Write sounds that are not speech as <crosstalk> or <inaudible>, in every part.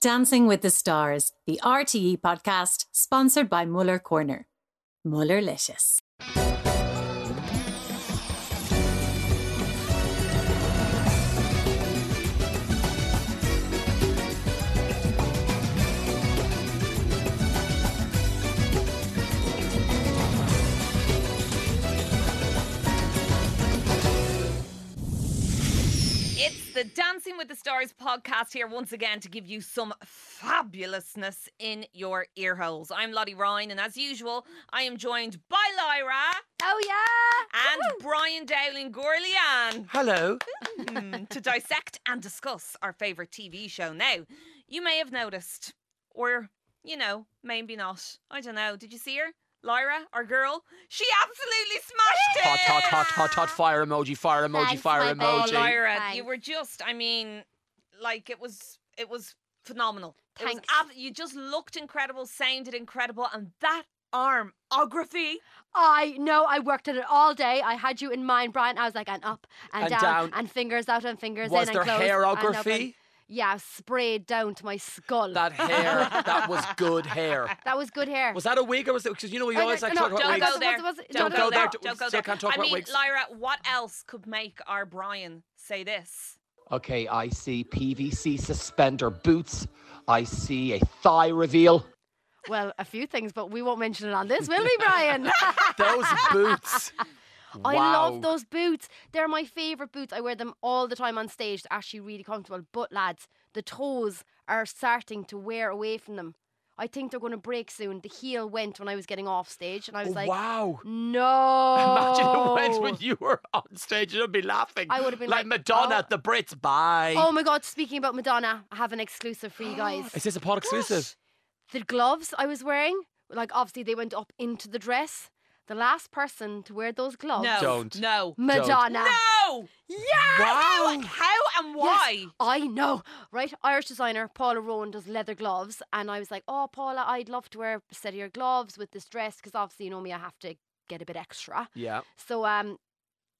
Dancing with the Stars, the RTE podcast sponsored by Muller Corner. Mullerlicious. It's the Dancing with the Stars podcast here once again to give you some fabulousness in your ear holes. I'm Lottie Ryan, and as usual, I am joined by Lyra Oh yeah. and Brian Dowling <laughs> Gourlian Hello. mm, to dissect and discuss our favourite TV show. Now, you may have noticed, or you know, maybe not. I don't know. Did you see her? Lyra, our girl, she absolutely <gasps> smashed it. Hot, hot, hot, hot, hot. Fire emoji, fire emoji, Thanks, fire my babe. Oh, emoji. Lyra, you Thanks. were just, I mean, like it was, it was phenomenal. It was Thanks. ab- you just looked incredible, sounded incredible, and that armography. I know I worked at it all day. I had you in mind, Brian. I was like, and up and, And down, down. and fingers out and fingers Was in there and close. and hairography? open. yeah, sprayed down to my skull. That hair, <laughs> that was good hair. <laughs> That was good hair. Was that a wig? Or was it because you know we Oh, always no, like no, talk about Don't wigs. go was- there. was- Don't Don't go go there. there. Don't go Still there. can't talk I about mean, wigs. Lyra, what else could make our Brian say this? Okay, I see PVC suspender boots. I see a thigh reveal. Well, a few things, but we won't mention it on this, will we, Brian? <laughs> <laughs> Those boots. I Wow. love those boots. They're my favourite boots. I wear them all the time on stage. They're actually really comfortable. But lads, the toes are starting to wear away from them. I think they're going to break soon. The heel went when I was getting off stage, and I was Oh, like, wow. "No!" Imagine it went when you were on stage. You'd be laughing. Oh. I would've been like, Madonna oh. at the Brits. Bye. Oh my god! Speaking about Madonna, I have an exclusive <gasps> for you guys. Is this a pod exclusive? the gloves I was wearing, like obviously they went up into the dress. The last person to wear those gloves, No. Don't. No. Madonna. No. How, Wow. how and Yes, why? I know, right? Irish designer Paula Rowan does leather gloves, and I was like, "Oh, Paula, I'd love to wear a set of your gloves with this dress because obviously you know me, I have to get a bit extra." Yeah. So um,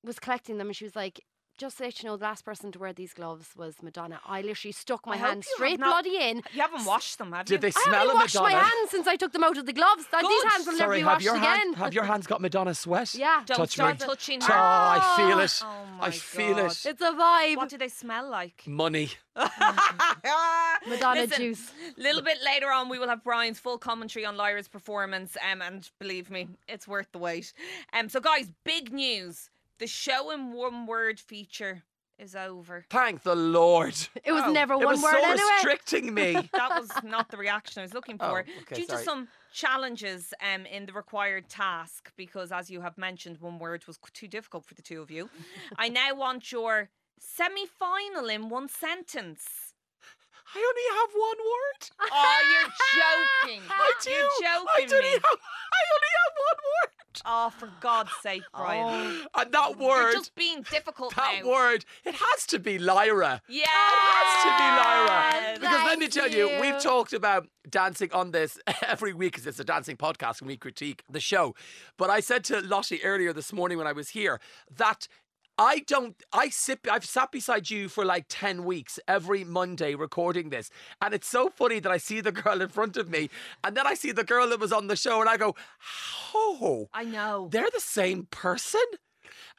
was collecting them, and she was like. Just to let you know, the last person to wear these gloves was Madonna. I literally stuck my I hope hand you have straight not- bloody in. You haven't washed them, have you? Did they I smell haven't of washed Madonna? my hands since I took them out of the gloves. That These Good. hands will never Sorry, be have washed your again. hand, have your hands got Madonna sweat? yeah, Don't Touch start me. touching Oh, her. I feel it. Oh my I feel God. it's it. a vibe. What do they smell like? Money. Madonna Listen, juice. little bit later on, we will have Brian's full commentary on Lyra's performance, um, and believe me, it's worth the wait. Um, so, guys, big news: the show in one word feature is over. Thank the Lord. It was Oh, never it one was word so anyway. restricting me. <laughs> That was not the reaction I was looking for. Oh, okay, due to sorry. some challenges um, in the required task, because as you have mentioned, one word was too difficult for the two of you. <laughs> I now want your semi-final in one sentence. I only have one word. <laughs> Oh, you're joking! <laughs> I do. You're I, joking do have, I me. only have one word. Oh, for God's sake, Brian. <gasps> And that You're word, just being difficult that now. word, it has to be Lyra. Yeah. Has to be Lyra. Because let me Thank tell you, you. we've talked about dancing on this <laughs> every week because it's a dancing podcast and we critique the show. But I said to Lottie earlier this morning when I was here that. I don't. I sit. I've sat beside you for like ten weeks every Monday recording this, and it's so funny that I see the <laughs> girl in front of me, and then I see the girl that was on the show, and I go, "Oh, I know. they're the same person.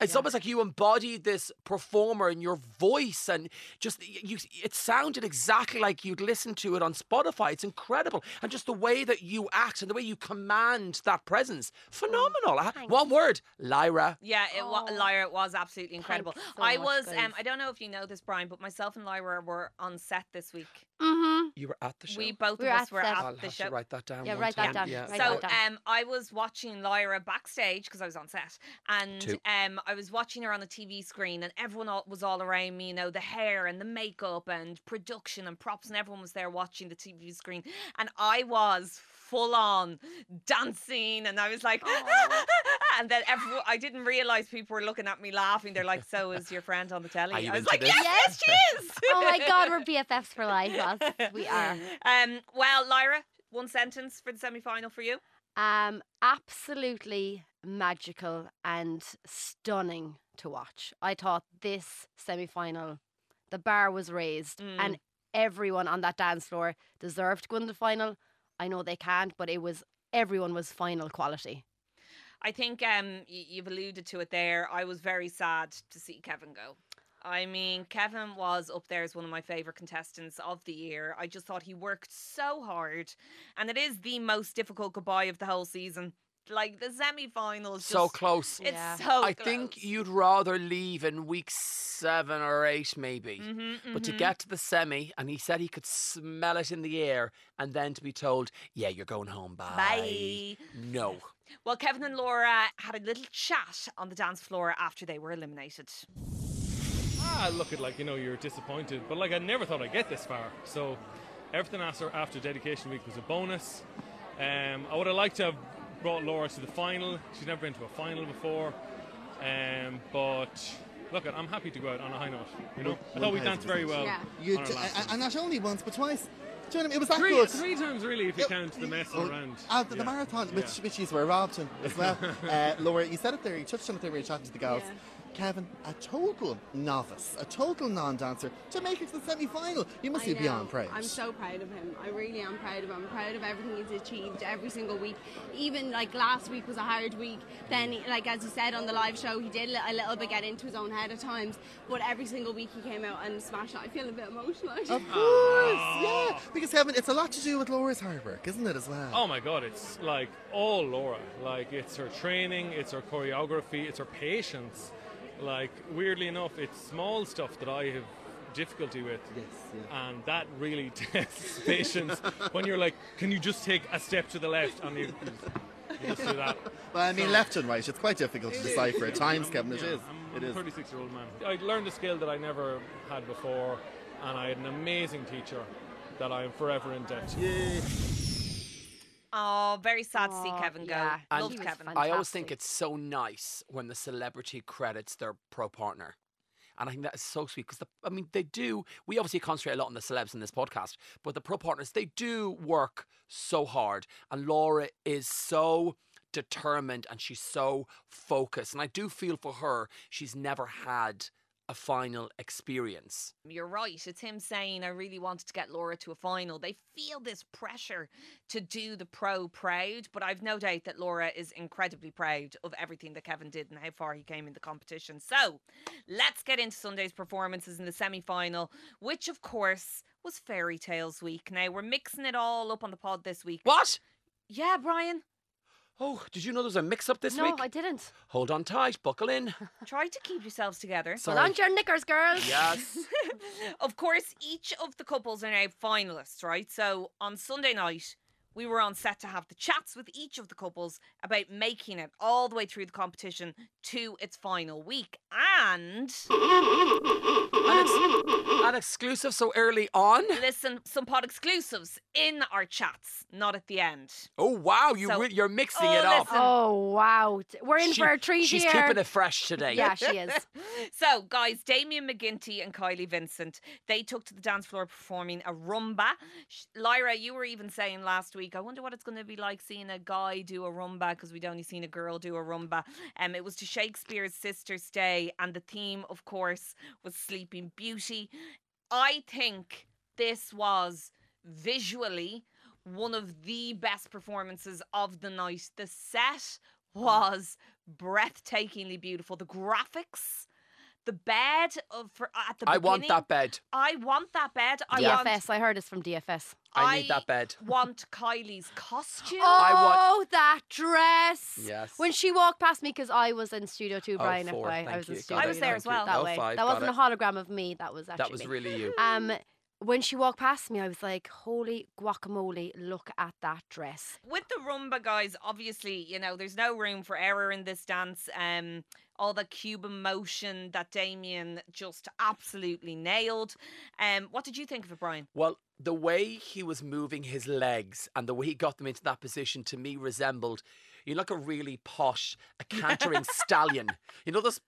It's almost like you embody this performer and your voice, and just y- you. It sounded exactly like you'd listen to it on Spotify. It's incredible, and just the way that you act and the way you command that presence, Mm. phenomenal. I- One word, Lyra. Yeah, it wa- Oh. Lyra it was absolutely incredible. so I much, was. guys. Um, I don't know if you know this, Brian, but myself and Lyra were on set this week. Mm-hmm. You were at the show. Mm. We both We were of at us were set. at I'll the have show. to write that down. Yeah, one write that time. down, Yeah. write so that down. um, I was watching Lyra backstage because I was on set, and Two. um, I was watching her on the TV screen, and everyone all, was all around me. You know, the hair and the makeup and production and props, and everyone was there watching the TV screen, and I was full on dancing, and I was like, <laughs> and then everyone, I didn't realize people were looking at me laughing. They're like, "So is your friend on the telly?" Are you I was into like, this? "Yes, yes, she is." Oh my God, <laughs> we're BFFs for life. us. We are. Um, well, Lyra, one sentence for the semi-final for you. Um, absolutely magical and stunning to watch. I thought this semi final, the bar was raised, Mm. and everyone on that dance floor deserved to go in the final. I know they can't, but it was everyone was final quality. I think um, y- you've alluded to it there. I was very sad to see Kevin go. I mean, Kevin was up there as one of my favourite contestants of the year. I just thought he worked so hard, and it is the most difficult goodbye of the whole season. Like the semi-finals, so just- close. It's Yeah. so. I think you'd rather leave in week seven or eight, maybe. Mm-hmm, But to get to the semi, and he said he could smell it in the air, and then to be told, "Yeah, you're going home." Bye. bye. No. Well, Kevin and Laura had a little chat on the dance floor after they were eliminated. Ah, look at like you know you're disappointed, but like I never thought I'd get this far. So everything after after dedication week was a bonus. Um, I would have liked to have brought Laura to the final. She's never been to a final before. Um, but look, I'm happy to go out on a high note. You know, I thought we danced very well. Yeah. You on our d- last and- one. and not only once, but twice. Do you know what I mean? It was that Three, good. three times really, if you count the mess Oh, around. uh, the, the Yeah. marathon, Yeah. which, which is where robbed him <laughs> as well. uh, Laura, you said it there, you touched on it there when you talked to the girls. Yeah. Kevin, a total novice, a total non-dancer, to make it to the semi-final. You must I be know. beyond proud. I'm so proud of him. I really am proud of him. I'm proud of everything he's achieved every single week. Even like last week was a hard week. Then, he- like as you said on the live show, he did li- a little bit get into his own head at times. But every single week he came out and smashed it. I feel a bit emotional. Of <laughs> actually. course, yeah. Because Kevin, it's a lot to do with Laura's hard work, isn't it, as well? Oh my god, it's like all Laura. Like it's her training, it's her choreography, it's her patience. Like weirdly enough, it's small stuff that I have difficulty with. Yes, yeah. And that really <laughs> tests patience when you're like, can you just take a step to the left? And you, you just do that. Well, I mean, left and right, it's quite difficult to decipher at times, Kevin. It Yeah, is. I'm, It I'm is. a 36 year old man. I learned a skill that I never had before, and I had an amazing teacher that I am forever in debt to. Oh, very sad to see Aw, Kevin go. yeah. And Loved he was Kevin. fan- I always think Fantastic. it's so nice when the celebrity credits their pro partner. And I think that is so sweet because, I mean, they do. We obviously concentrate a lot on the celebs in this podcast, but the pro partners, they do work so hard. And Laura is so determined and she's so focused. And I do feel for her, she's never had a final experience. You're right. It's him saying, I really wanted to get Laura to a final. They feel this pressure to do the pro proud, but I've no doubt that Laura is incredibly proud of everything that Kevin did and how far he came in the competition. So let's get into Sunday's performances in the semi final, which, of course, was Fairy Tales Week. Now, we're mixing it all up on the pod this week. What? Yeah, Brian. Oh, did you know there was a mix up this no, week? I didn't. Hold on tight, buckle in. <laughs> Try to keep yourselves together. Put on your knickers, girls. <laughs> Yes. of course, each of the couples are now finalists, right? So on Sunday night, we were on set to have the chats with each of the couples about making it all the way through the competition to its final week. And an, ex- an exclusive so early on. listen, some pod exclusives in our chats, not at the end. Oh wow, you So- re- you're mixing Oh, it up. listen. Oh wow, T- we're in She- for a treat she's here. keeping it fresh today. yeah, she is. <laughs> So, guys, Damien McGinty and Kylie Vincent, they took to the dance floor performing a rumba. Sh- Lyra, you were even saying last week, I wonder what it's going to be like seeing a guy do a rumba because we'd only seen a girl do a rumba. Um, it was to Shakespeare's Sister's Day, and the theme, of course, was Sleeping Beauty. I think this was visually one of the best performances of the night. The set Mm-hmm. was breathtakingly beautiful. The graphics, the bed of for, uh, at the I beginning. want that bed. I want that bed. I DFS. want. I heard it's from DFS. I, need that bed. want Kylie's <gasps> costume. want- Oh, that dress. Yes. When she walked past me, because I I was in studio too, Oh, Brian. four, FYI. I thank was in you, got studio. I was you there know, as well. That Oh, way. five, that got wasn't it. a hologram of me. That was actually That was me. really you. Um, when she walked past me, I was like, "Holy guacamole! Look at that dress." <gasps> With the rumba guys, obviously, you know, there's no room for error in this dance. Um, all the Cuban motion that Damien just absolutely nailed. Um, what did you think of it, Brian? <laughs> Well, the way he was moving his legs and the way he got them into that position to me resembled, you know, like a really posh, a <laughs> cantering stallion. You know those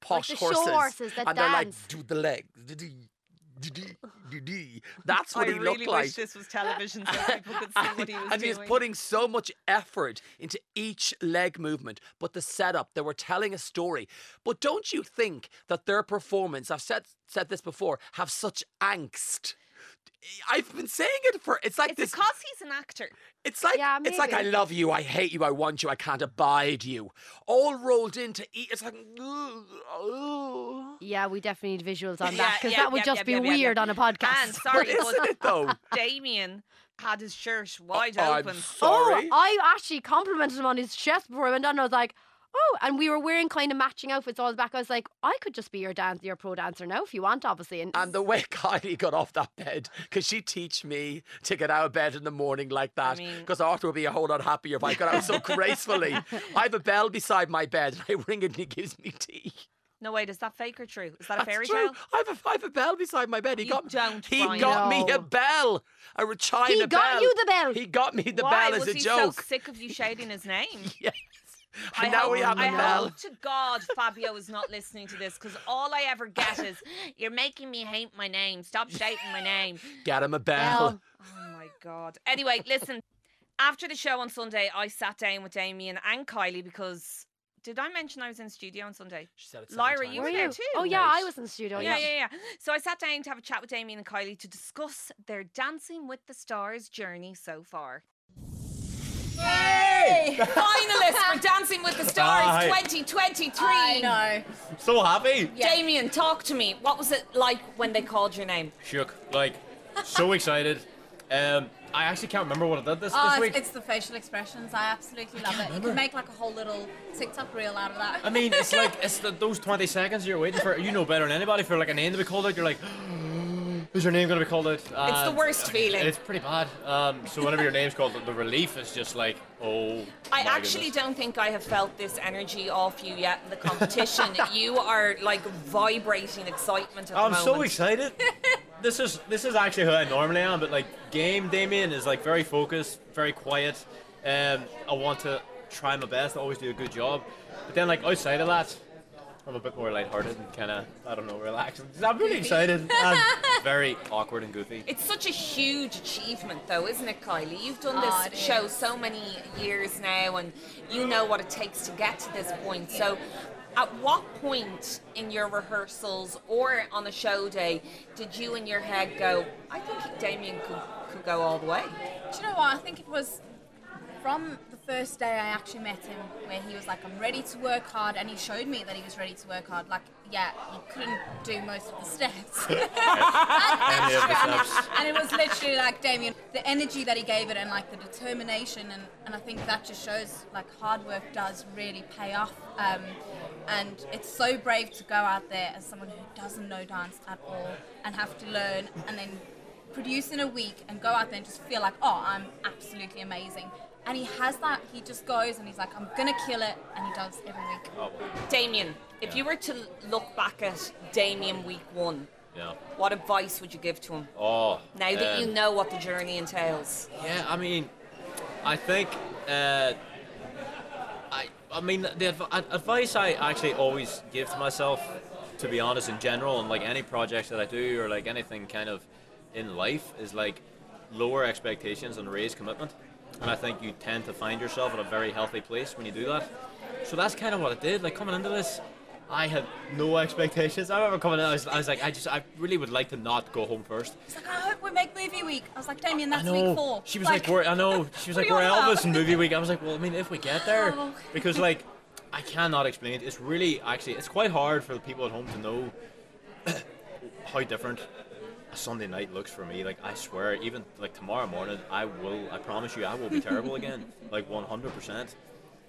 posh the show horses, horses that and they're dance. like do the legs. do-dee, do-dee, <laughs> do-dee. That's what I he really looked wish like. this was television so <laughs> people could see what he was and he doing. was putting so much effort into each leg movement, but the setup, they were telling a story. But don't you think that their performance, I've said, said this before, have such angst? I've been saying it for it's like It's this. because he's an actor. It's like Yeah, it's like I maybe. love you, I hate you, I want you, I can't abide <laughs> you. All rolled into eat. It's like ugh, ugh. Yeah, we definitely need visuals <laughs> on Yeah, that because yeah, that would yeah, just yeah, be yeah, yeah, yeah. weird on a podcast. And sorry, isn't but it though? Damien had his shirt wide Oh, I'm open. sorry. <laughs> Oh, I actually complimented him on his chest before I went on. and I was like, oh, and we were wearing kind of matching outfits all back. I was like, I could just be your dance, your pro dancer now if you want, obviously. And, and the way <laughs> Kylie got off that bed, because she teach me to get out of bed in the morning like that? mean- Because Arthur would be a whole lot happier if I got <laughs> out so gracefully. I have a bell beside my bed, and I ring it, and he gives me tea. No, wait, is that fake or true? Is that a That's fairy true. tale? I have, a, I have a bell beside my bed. He You got don't, He Brian. got me a No. bell, a re- china He got bell. you the bell. He got me the Why bell as was a he joke. so sick of you shouting his name? <laughs> yes. I And now hope, we have a I bell. hope to God Fabio is not listening to this because all I ever get is, "You're making me hate my name. Stop shouting my name." Get him a bell. Bell. Oh my god. Anyway, listen. After the show on Sunday, I sat down with Damien and Kylie because did I mention I was in studio on Sunday? She said it seven Lyra, times. you were there too. Oh, yeah, Nice. I was in the studio. yeah, Yeah. yeah, yeah. So I sat down to have a chat with Damien and Kylie to discuss their Dancing with the Stars journey so far. Finalists for Dancing with the Stars Aye. 2023. So happy. Damien, talk to me. What was it like when they called your name? Shook. Like, so excited. Um, I actually can't remember what I did this, this Ah, Oh, week. it's, it's the facial expressions. I absolutely love it. You can make like a whole little TikTok reel out of that. I mean, it's like it's the, those 20 seconds you're waiting for. You know better than anybody for like a name to be called out. You're like, <gasps> is your name going to be called out? It's the Uh, And worst feeling. It's pretty bad. Um, so whenever your name's called, the relief is just like, oh. I my actually goodness. don't think I have felt this energy off you yet in <laughs> the competition. you are like vibrating excitement at Oh, I'm the moment. so <laughs> excited. this is this is actually who I normally am, but like game Damien is like very focused, very quiet. Um, I want to try my best, I always do a good job. But then like outside of that, I'm a bit more lighthearted and kind of I don't know, relaxed. I'm really excited. <laughs> i very awkward and goofy. It's such a huge achievement, though, isn't it, Kylie? You've done Oh, this it show is. so many years now, and you know what it takes to get to this point. So, at what point in your rehearsals or on a show day did you in your head go, I think Damien could, could go all the way? Do you know what? I think it was from the first day I actually met him where he was like, I'm ready to work hard, and he showed me that he was ready to work hard. Like, yeah, he couldn't do most of the steps. <laughs> and, Any of the <laughs> and- steps. and it was literally like, Damien, the energy that he gave it and like the determination, and, and I think that just shows like hard work does really pay off. Um, and it's so brave to go out there as someone who doesn't know dance at all and have to learn and then produce in a week and go out there and just feel like, oh, I'm absolutely amazing. And he has that. He just goes and he's like, I'm gonna kill it, and he does every week. Oh, Damien, if you were to look back at Damien week one, yeah. what advice would you give to him? Oh. Now that you um, know what the journey entails, Yeah, I mean, I think uh, I I mean the adv- ad- advice I actually always give to myself, to be honest, in general, and like any projects that I do or like anything kind of in life is like lower expectations and raise commitment. And I think you tend to find yourself at a very healthy place when you do that. So that's kind of what I did. Like coming into this, I had no expectations. I remember coming in, I was, I was like, I just, I really would like to not go home first. He's like, I hope we make movie week. I was like, Damien, that's I know. week four. She was like, we're, <laughs> I know. She was what like, are we're you on about? Elvis in movie week. I was like, well, I mean, if we get <laughs> there, Oh. because like, I cannot explain. it. It's really actually, it's quite hard for the people at home to know <coughs> how different a Sunday night looks for me. Like, I swear, even like tomorrow morning, I will. I promise you, I will be terrible again. Like, 100. percent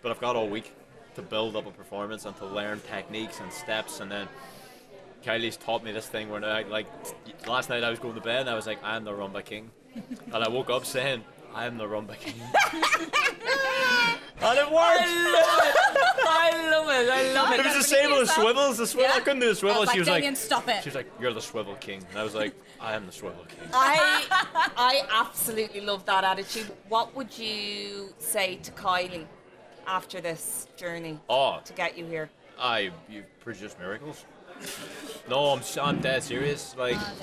But I've got all week to build up a performance and to learn techniques and steps, and then. Kylie's taught me this thing where now, like last night I was going to bed and I was like, I am the rumba king. and I woke up saying, I am the rumba king. and it worked! I love it. I love It was the same with the swivels, the swivel. I couldn't do the I swivel. was like, she was Damien, Oh, like, stop it. she was like, you're the swivel king. And I was like, I am the swivel king. I I absolutely love that attitude. What would you say to Kylie after this journey Oh, to get you here? I, you've produced miracles. No, I'm, I'm dead serious. Like, Ah,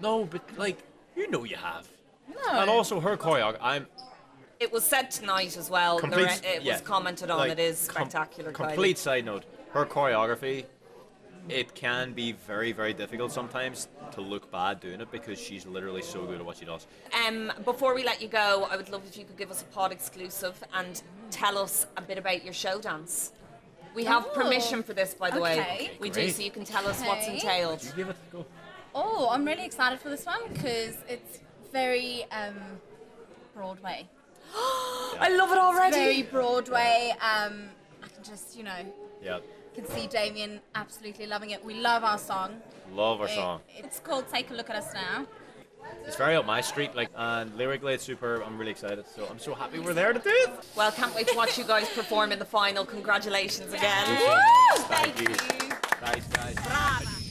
no, but like, you know you have. no. And also her choreography, I'm It was said tonight as well. complete, Lorraine- it was yeah, commented on. like, it is com- spectacular. Kylie. complete side note. Her choreography it can be very, very difficult sometimes to look bad doing it because she's literally so good at what she does. Um, before we let you go, I would love if you could give us a pod exclusive and tell us a bit about your show dance. We have Oh. permission for this, by the way. Okay. We do, Great. so you can tell us what's Okay. entailed. You give it a go. Oh, I'm really excited for this one because it's very um, Broadway. I love it already. Very Broadway. Um, I can just, you know, Yeah, can see Damien absolutely loving it. We love our song. love our It- song. It's called Take a Look at Us Now. It's very up my street, like, and lyrically it's superb. I'm really excited, so I'm so happy we're there to do it. Well, can't wait to watch you guys perform in the final. Congratulations again. Thank, Thank you. you. Guys, guys.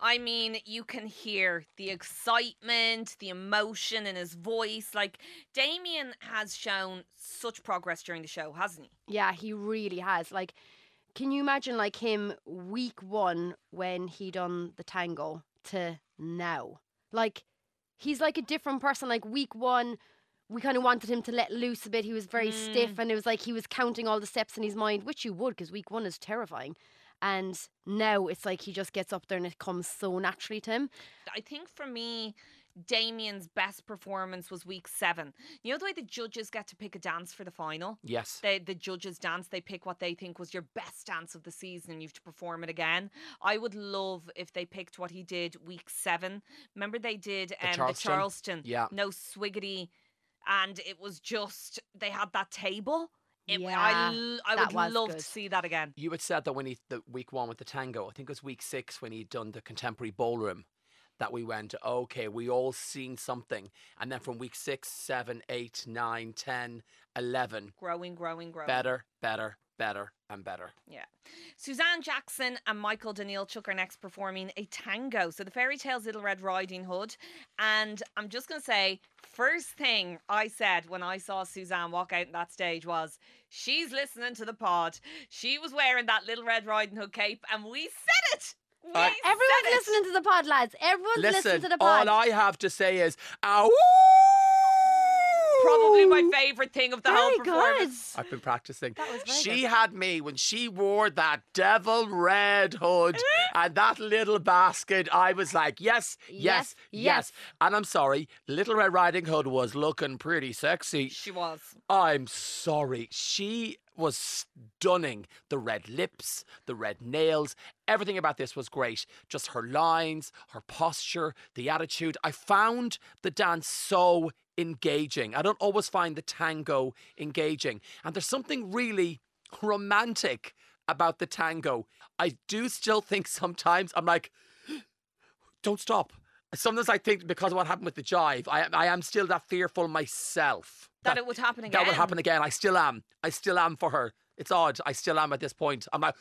I mean, you can hear the excitement, the emotion in his voice. Like, Damien has shown such progress during the show, hasn't he? Yeah, he really has. Like, can you imagine like him week one when he done the tango to now? Like, he's like a different person. Like week one, we kind of wanted him to let loose a bit. He was very Mm. stiff, and it was like he was counting all the steps in his mind, which you would because week one is terrifying. And now it's like he just gets up there and it comes so naturally to him. I think for me, Damien's best performance was week seven. You know the way the judges get to pick a dance for the final? Yes. They, the judges dance, they pick what they think was your best dance of the season and you have to perform it again. I would love if they picked what he did week seven. Remember they did um, Charleston. the Charleston. Yeah. No swiggity. And it was just, they had that table. It, Yeah, I, l- I that would was love to good. see that again. You had said that when he the week one with the tango, I think it was week six when he'd done the contemporary ballroom, that we went, okay, we all seen something, and then from week six, seven, eight, nine, ten, eleven, Growing, growing, growing. better, better, better, and better. Yeah. Suzanne Jackson and Michael Danielchuk are next performing a tango. So the fairy tale's Little Red Riding Hood. And I'm just going to say, first thing I said when I saw Suzanne walk out on that stage was, she's listening to the pod. She was wearing that Little Red Riding Hood cape, and we said it. We Uh, said Everyone's it. listening to the pod, lads. Everyone's listening to Listen, the pod. all I have to say is, ow! Probably my favorite thing of the whole Very good. performance. I've been practicing. That was very she had me when she wore that devil red hood and that little basket. I was like, yes, yes, Yes, yes, yes. And I'm sorry, Little Red Riding Hood was looking pretty sexy. She was. I'm sorry. She was stunning. The red lips, the red nails, everything about this was great. Just her lines, her posture, the attitude. I found the dance so engaging. I don't always find the tango engaging. And there's something really romantic about the tango. I do still think sometimes I'm like, <gasps> don't stop. Sometimes I think because of what happened with the jive, I, I am still that fearful myself. That it would happen That would again. happen again. I still am. I still am for her. It's odd. I still am at this point. I'm like,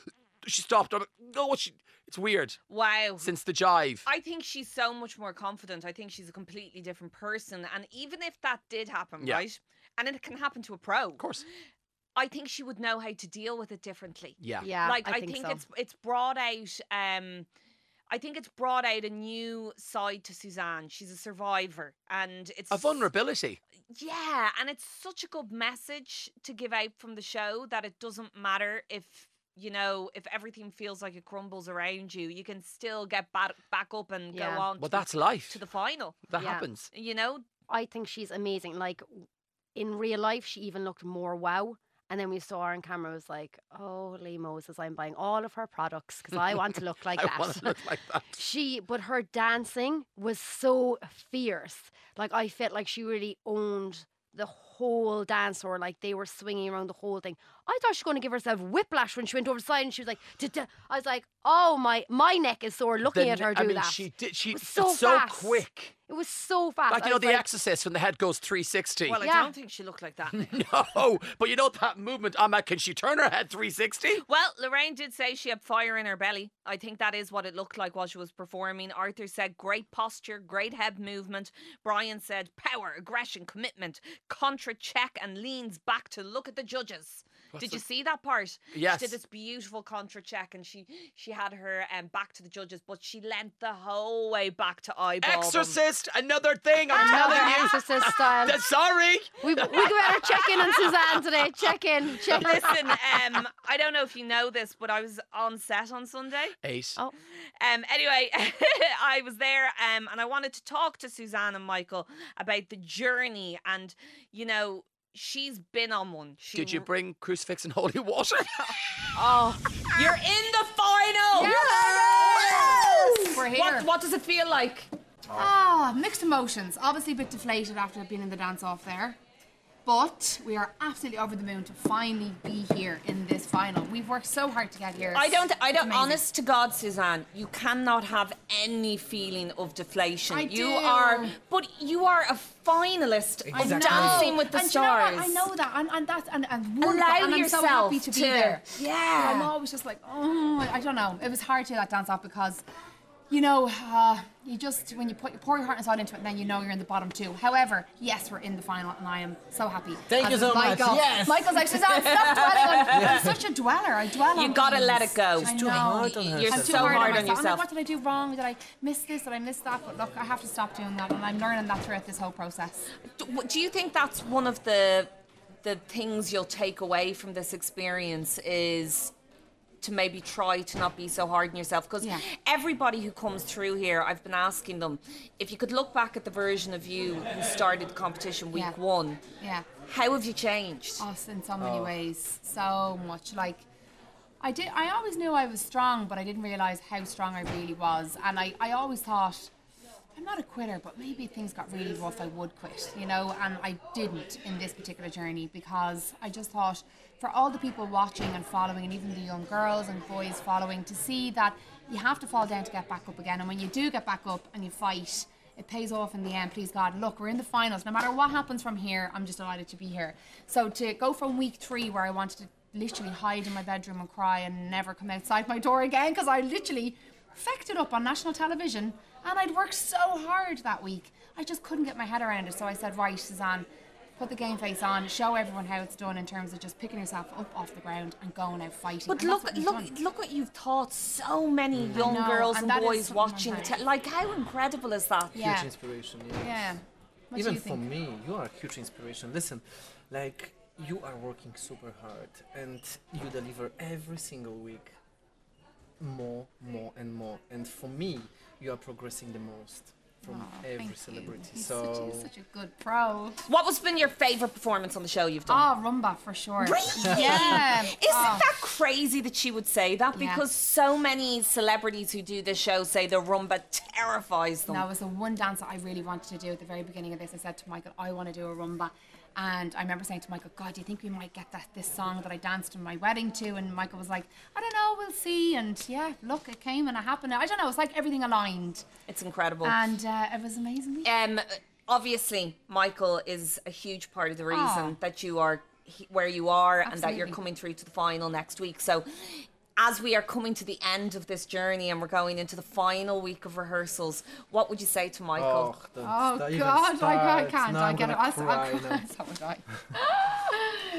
she stopped. I'm like, no, she, it's weird. Wow. Since the jive. I think she's so much more confident. I think she's a completely different person. And even if that did happen, Yeah. right? And it can happen to a pro. Of course. I I think she would know how to deal with it differently. yeah. yeah, like I, think, so. it's it's brought out um I think it's brought out a new side to Suzanne. She's a survivor and it's A s- vulnerability. Yeah, and it's such a good message to give out from the show that it doesn't matter if you know, if everything feels like it crumbles around you, you can still get back back up and Yeah. go on Well, to the that's life. to the final. that Yeah. happens. You know, I think she's amazing. Like w- in real life, she even looked more wow. And then we saw her on camera. It was like, holy Moses, I'm buying all of her products because I want to look like <laughs> I that. want to look like that. <laughs> she, but her dancing was so fierce. Like I felt like she really owned the whole dance, or like they were swinging around the whole thing. I thought she was going to give herself whiplash when she went over the side and she was like, "Da-da." I was like, oh my, my neck is sore looking The at her n- do I mean, that. she did. She was so it's so fast. quick. it was so fast. Like I you know, was The Exorcist when the head goes 360. well, I Yeah. don't think she looked like that. <laughs> no, but you know that movement. I'm like, can she turn her head 360? Well, Lorraine did say she had fire in her belly. I think that is what it looked like while she was performing. Arthur said great posture, great head movement. Brian said power, aggression, commitment, contra check, and leans back to look at the judges. Did you see that part? She Yes. did this beautiful contra check and she she had her um, back to the judges, but she leant the whole way back to eyeball. them. Exorcist, another thing. I'm telling you. Exorcist style. Th- <laughs> Sorry. We, we better check in <laughs> on Suzanne today. Check in. Check in. Listen, um, I don't know if you know this, but I was on set on Sunday. Eight. Oh. Um, anyway, <laughs> I was there um, and I wanted to talk to Suzanne and Michael about the journey. And, you know, she's been on one. She Did you bring crucifix and holy water? Oh, You're in the final! We're What, what does it feel like? Ah, mixed emotions. Obviously, a bit deflated after being in the dance off there. But we are absolutely over the moon to finally be here in this final. We've worked so hard to get here. I don't, I don't, Amazing. honest to God, Suzanne, you cannot have any feeling of deflation. I you do. are, but you are a finalist I of know. Dancing with the and do you know what? Stars. I know that, and, and that's and, and wonderful, Allow and I'm so yourself happy to, to- be there. yeah. But I'm always just like, oh, I- I don't know. It was hard to do that dance off because, you know, uh, you just when you put you pour your heart and soul into it, then you know you're in the bottom two. However, yes, we're in the final, and I am so happy. Thank And you so much. Michael, Yes. Michael's like, Suzanne, <laughs> <laughs> stop dwelling on. I'm such a dweller. I dwell on. You gotta things." let it go. I She's too know. hard on You're I'm herself. too so hard on myself. I'm yourself. like, what did I do wrong? Did I miss this? Did I miss that? But look, I have to stop doing that, and I'm learning that throughout this whole process. D- w- Do you think that's one of the the things you'll take away from this experience is to maybe try to not be so hard on yourself because Yeah. everybody who comes through here I've been asking them if you could look back at the version of you who started the competition week Yeah. 1 Yeah. how have you changed us in so many ways, so much. Like I did, I always knew I was strong, but I didn't realize how strong I really was, and I, I always thought. I'm not a quitter, but maybe if things got really rough, I would quit, you know, and I didn't in this particular journey because I just thought for all the people watching and following, and even the young girls and boys following, to see that you have to fall down to get back up again. And when you do get back up and you fight, it pays off in the end. Please God, look, we're in the finals. No matter what happens from here, I'm just delighted to be here. So to go from week three, where I wanted to literally hide in my bedroom and cry and never come outside my door again, because I literally fecked it up on national television and I'd worked so hard that week. I just couldn't get my head around it. So I said, right, Suzanne, put the game face on, show everyone how it's done in terms of just picking yourself up off the ground and going out fighting. but And that's look what we've look done. look what you've taught so many young know, girls and and, that is boys something I'm watching the proud te- like how incredible is that yeah. Huge inspiration. Yes. Yeah. What Even do you for think? me, you are a huge inspiration. Listen, like you are working super hard and you deliver every single week more, more, and more. And for me, you are progressing the most from every celebrity. He's so such, he's such a good pro. what has been your favorite performance on the show you've done Ah, Rumba for sure. Yeah. <laughs> Isn't Ah. that crazy that she would say that? Yeah. Because so many celebrities who do this show say the rumba terrifies them. That was the one dance that I really wanted to do at the very beginning of this. I said to Michael, I want to do a rumba. And I remember saying to Michael, God, do you think we might get that this song that I danced in my wedding to? And Michael was like, I don't know, we'll see. And yeah, look, it came and it happened. I don't know, it's like everything aligned. It's incredible. And uh, it was amazing. um, obviously, Michael is a huge part of the reason that you are he- where you are and that you're Absolutely. coming through to the final next week. So, as we are coming to the end of this journey and we're going into the final week of rehearsals, what would you say to Michael? Oh, don't- Oh, don't even God, I, I start. can't. Now I I'm get it. gonna I'll, cry I'll now. cry. <laughs> So would I. <laughs>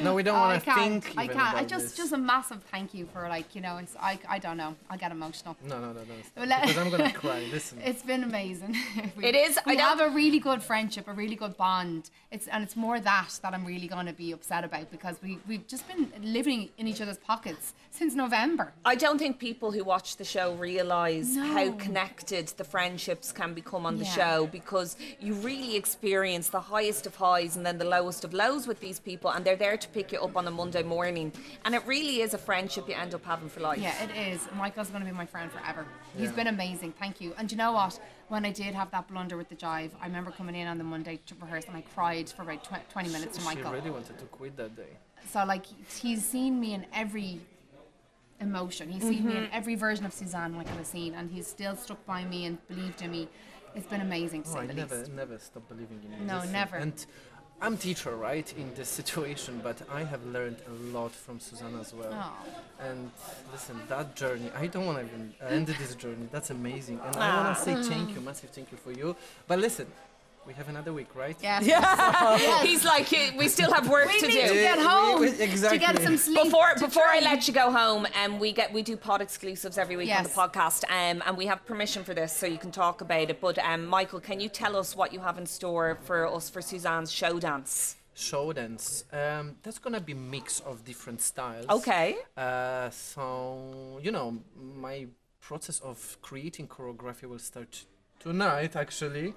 No, we don't Oh, I want to can't. think. I even can't. I about just, this. just a massive thank you for like, you know, it's, I, I don't know. I get emotional. No, no, no, no. Well, <laughs> stop, let- Because I'm gonna cry. Listen. It's been amazing. <laughs> We- It is. I We don't- have a really good friendship, a really good bond. It's and it's more that that I'm really going to be upset about because we we've just been living in each other's pockets since November. I don't think people who watch the show realize how No. connected the friendships can become on the Yeah. show because you really experience the highest of highs and then the lowest of lows with these people, and they're there to pick you up on a Monday morning. And it really is a friendship you end up having for life. Yeah, it is. Michael's going to be my friend forever. He's been amazing. Thank you. And you know what? When I did have that blunder with the jive, I remember coming in on the Monday to rehearse and I cried for about tw- 20 minutes oh to She Michael. really wanted to quit that day. So like he's seen me in every emotion. He's seen me in every version of Suzanne Michael has seen, and he's still stuck by me and believed in me. It's been amazing to No, say Oh, I the never, least. never stop believing in you. No, Listen, never. And I'm teacher, right, in this <laughs> situation, but I have learned a lot from Susanna as well. Aw. And listen, that journey, I don't want to even Ah. Mm. end this journey. That's amazing. And I want to say thank you, massive thank you for you. But listen, We have another week, right? <laughs> Yeah. <laughs> <laughs> Yes. He's like, "Eh, we still have work We to need do. to get home, We- we- to get exactly. some sleep, Before, to before I train. let you go home, um, we get we do pod exclusives every week on the Yes. podcast, um, and we have permission for this, so you can talk about it. But um, Michael, can you tell us what you have in store for us for Suzanne's show dance? Show dance. Um, that's gonna be mix of different styles. Okay. Uh, so you know, my process of creating choreography will start tonight, actually,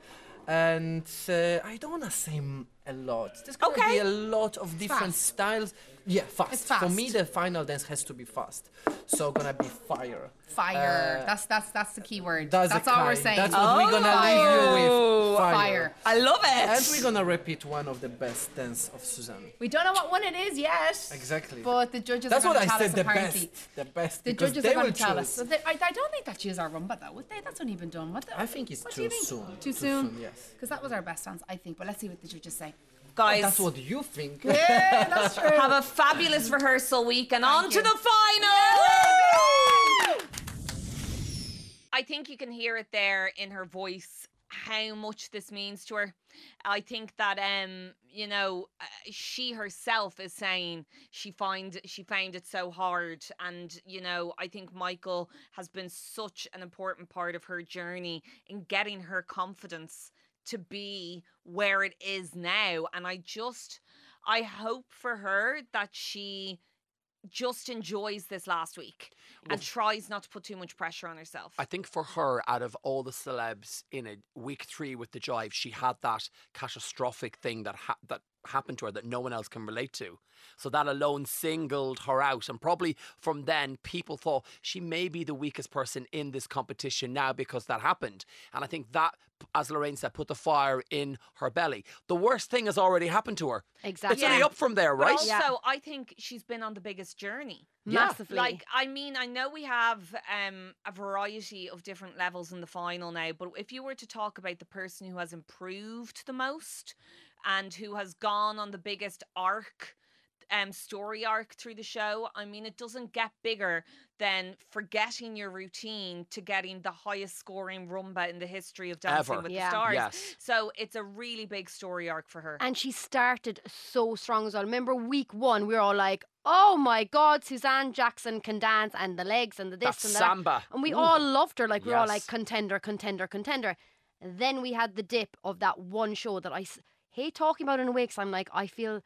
and uh, I don't wanna say m- a lot. There's gonna be a lot of different fast. styles. Yeah, fast. It's For me, fast. the final dance has to be fast. So gonna be fire. Fire. Uh, that's that's that's the key word. that's That's, the all we're kind. saying. Oh, That's what we're gonna leave you with. Fire. Fire. I love And we're gonna repeat one of the best dance of Suzanne. We don't know what one it is yet. Exactly. But the judges That's are what gonna I tell said. us The apparently. best. The best. The because judges they are going will to tell us. choose. So they, I, I don't think that she is our rumba, though, would they? That's only been done. What the, I think it's what too do you think? soon. Too Too soon. soon, yes. Because that was our best dance, I think. But let's see what the judges say. Guys, That's what you think. Yeah, <laughs> <laughs> that's true. Have a fabulous rehearsal week and on to you. the final! I think you can hear it there in her voice how much this means to her. I think that um you know uh, she herself is saying she find she found it so hard and you know I think Michael has been such an important part of her journey in getting her confidence to be where it is now and I just I hope for her that she just enjoys this last week and tries not to put too much pressure on herself. I think for her, out of all the celebs in a week three with the jive, she had that catastrophic thing that ha- that happened to her that no one else can relate to. So that alone singled her out, and probably from then people thought she may be the weakest person in this competition now because that happened. And I think that, p- as Lorraine said, put the fire in her belly. The worst thing has already happened to her. It's Exactly. only Yeah. up from there, But right? also, I think she's been on the biggest journey. Yeah. Massively. Like, I mean, I know we have um, a variety of different levels in the final now, but if you were to talk about the person who has improved the most and who has gone on the biggest arc, um, story arc through the show, I mean, it doesn't get bigger than forgetting your routine to getting the highest scoring rumba in the history of Dancing Ever. with Yeah. the Stars. Yes. So it's a really big story arc for her. And she started so strong as well. Remember week one, we were all like, oh my God, Suzanne Jackson can dance and the legs and the this That's and the that. samba. And we Ooh. all loved her. Like, we were all like, Yes. contender, contender, contender. Then we had the dip of that one show that I s- hate talking about in a way 'cause I'm like, I feel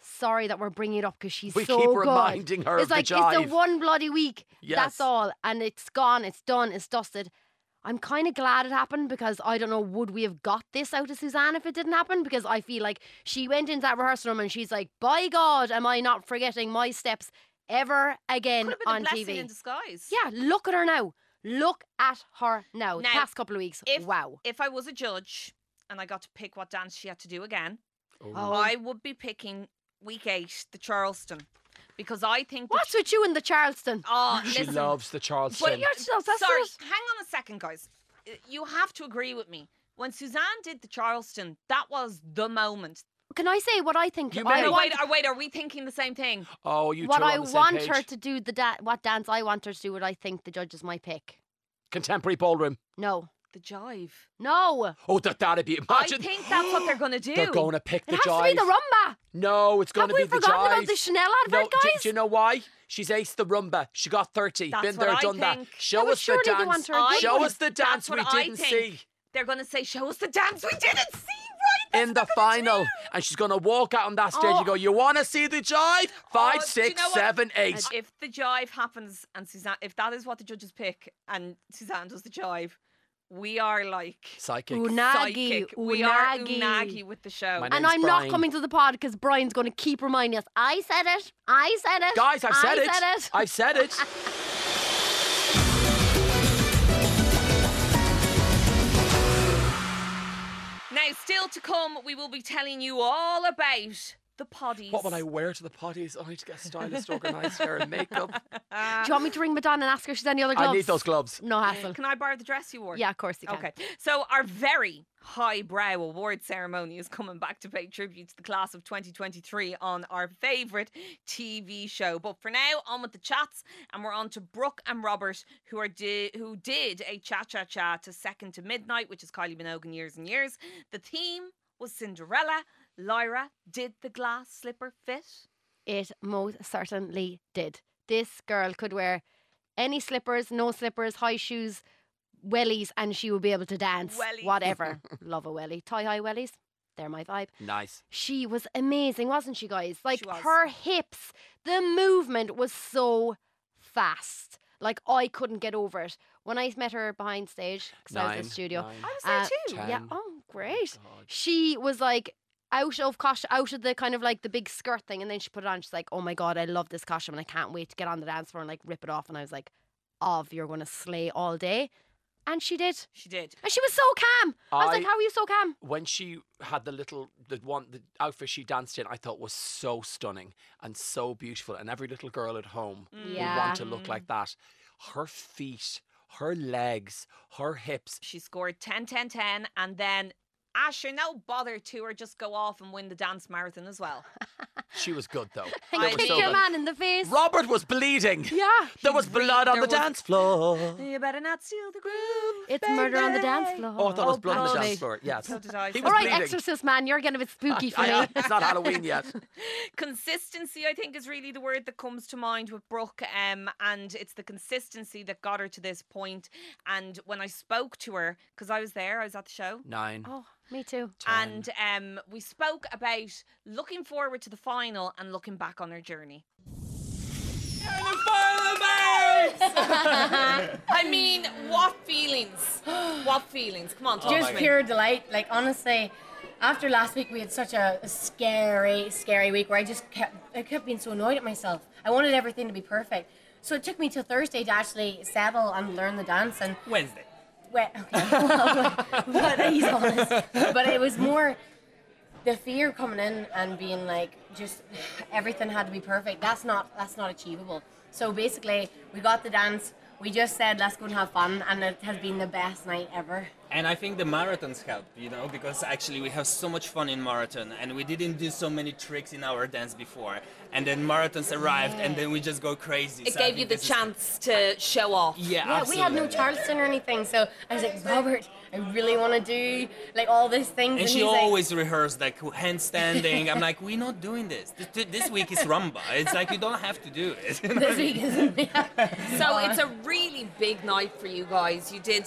sorry that we're bringing it up because she's We so keep good. reminding her It's of the like, jive. it's the one bloody week. Yes. That's all. And it's gone, it's done, it's dusted. I'm kind of glad it happened because I don't know, would we have got this out of Suzanne if it didn't happen? Because I feel like she went into that rehearsal room and she's like, by God, am I not forgetting my steps ever again Could have been on a blessing TV? in disguise. yeah, look at her now. Look at her now. The Now, past couple of weeks. if- wow. If I was a judge and I got to pick what dance she had to do again, Oh. I would be picking week eight, the Charleston, because I think. the What's with you in the Charleston? Oh, <laughs> She listen. loves the Charleston. uh, But you're just, that's sorry, it. hang on a second, guys. Uh, You have to agree with me. When Suzanne did the Charleston, that was the moment. Can I say what I think? You I may- No, want- wait, uh, wait, are we thinking the same thing? oh, you what two are I on the same want page. her to do, the da- what dance I want her to do, what I think the judges might pick. Contemporary ballroom. No. The jive. No. Oh, that that'd be imagine. I think that's what they're going to do. They're going to pick It the has to jive. be the rumba. <gasps> no, it's going Have to be we the jive. forgotten about the Chanel no, advert, Do, guys? do you know why? She's aced the rumba. She got thirty. That's Been what there, I done that. think. Show but us the surely they want dance. her to Show do us it. the dance That's we what I didn't think. see They're going to say, show us the dance we didn't see, right? That's in the what they're gonna final. do. And she's going to walk out on that stage Oh. and go, "You want to see the jive? Five, Oh, do you six, know what? seven, eight. If the jive happens and Suzanne, if that is what the judges pick and Suzanne does the jive, we are like Psychic. Unagi, psychic. We are unagi. unagi with the show. My And name's I'm Brian. not <laughs> coming to the pod because Brian's going to keep reminding us. I said it. I said it. Guys, I've said I it. Said it. I've said it. Now, still to come, we will be telling you all about The potties. What will I wear to the potties? I need to get a stylist organised hair and <laughs> makeup. Do you want me to ring Madonna and ask her if she's any other gloves? I need those gloves. No hassle. Can I borrow the dress you wore? Yeah, of course you can. Okay. So our very highbrow award ceremony is coming back to pay tribute to the class of 2023 on our favourite TV show. But for now, on with the chats, and we're on to Brooke and Robert, who are di- who did a cha cha cha to Second to Midnight, which is Kylie Minogue in Years and Years. The theme was Cinderella. Lyra, did the glass slipper fit? It most certainly did. This girl could wear any slippers, no slippers, high shoes, wellies, and she would be able to dance. Wellies. Whatever. Love a wellie. Tie high wellies. They're my vibe. Nice. She was amazing, wasn't she, guys? Like was. her hips, the movement was so fast. Like I couldn't get over it. When I met her behind stage, because I was in Nine, the studio. nine. I was there Uh, too. Yeah. Ten. Oh, great. God. she was like out of costume, out of the kind of like the big skirt thing, and then she put it on. She's like, "Oh my god, I love this costume, and I can't wait to get on the dance floor and like rip it off." And I was like, "Of, you're gonna slay all day," and she did. She did. And she was so calm. I, was like, I- "How are you so <laughs> calm?" When she had the little, the one, the outfit she danced in, I thought was so stunning and so beautiful. And every little girl at home would Yeah. want to look like that. Her feet, her legs, her hips. She scored 10 10 10 and then Asher, no bother to her, just go off and win the dance marathon as <laughs> well. She was good <laughs> though. And They I were kick so your good. man in the face. Robert was bleeding. yeah, There was really- blood on there the was- dance floor. You better not steal the groove. it's murder on the dance baby. floor. Oh, I thought it was blood on the pardon dance me. floor. Yes. So did I. He All was so did I. right, bleeding. Exorcist man, you're getting a bit spooky for I- I- me. it's not Halloween yet. Consistency, I think, is really the word that comes to mind with Brooke. Um, and it's the consistency that got her to this point. And when I spoke to her, because I was there, I was at the show. Nine. Oh, me too. ten. And um, we spoke about looking forward to the final and looking back on her journey. <laughs> I mean, what feelings? What feelings? Come on, talk Just to me. pure delight. Like honestly, after last week we had such a, a scary, scary week where I just kept I kept being so annoyed at myself. I wanted everything to be perfect. So it took me till Thursday to actually settle and learn the dance and Wednesday. well, okay. <laughs> but he's honest. But it was more the fear coming in and being like, just everything had to be perfect. That's not that's not achievable. So basically, we got the dance. We just said, let's go and have fun, and it has been the best night ever. And I think the marathons help, you know, because actually we have so much fun in marathon and we didn't do so many tricks in our dance before. And then marathons arrived and then we just go crazy. It So I gave you think the this is- chance to show off. Yeah, Yeah, we had absolutely. no Charleston or anything, so I was like, Robert, I really want to do like all these things. And she he's like- always rehearsed like handstanding. I'm like, we're not doing this. Th- th- This week is rumba. It's like you don't have to do it. <laughs> <laughs> this week is So it's a really big night for you guys. You did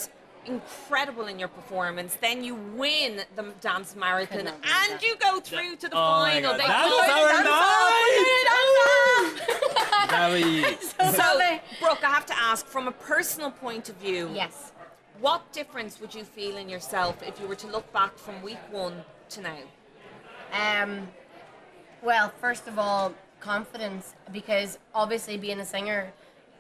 incredible in your performance. Then you win the dance marathon not and believe that. you go through to the Oh my final. God, They that call was it our dance off, we did dance off. Very- <laughs> <laughs> So, Brooke, I have to ask from a personal point of view, yes. what difference would you feel in yourself if you were to look back from week one to now? Um, well, first of all, confidence, because obviously being a singer,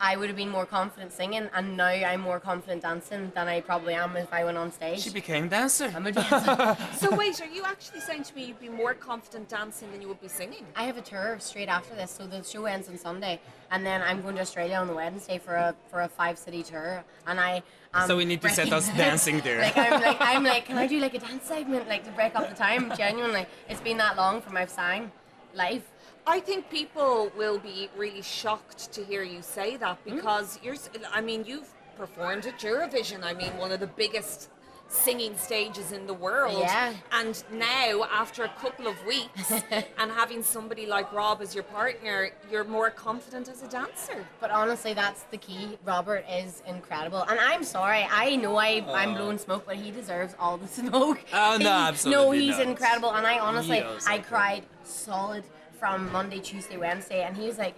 I would have been more confident singing, and now I'm more confident dancing than I probably am if I went on stage. She became dancer. I'm a dancer. So, wait, are you actually saying to me you'd be more confident dancing than you would be singing? I have a tour straight after this, so the show ends on Sunday, and then I'm going to Australia on the Wednesday for a for a five city tour, and I. am So we need to set us breaking- dancing <laughs> there. like I'm like I'm like, can I do like a dance segment like to break up the <laughs> time? Genuinely, it's been that long from I've sang live. I think people will be really shocked to hear you say that because you're. s- I mean, you've performed at Eurovision. I mean, one of the biggest singing stages in the world. Yeah. And now, after a couple of weeks, and having somebody like Rob as your partner, you're more confident as a dancer. But honestly, that's the key. Robert is incredible, and I'm sorry. I know I I'm blowing smoke, but he deserves all the <laughs> smoke. <laughs> Oh, no, He- No, absolutely he's not. incredible, and I honestly Leo's I incredible. cried solid from Monday, Tuesday, Wednesday, and he was like.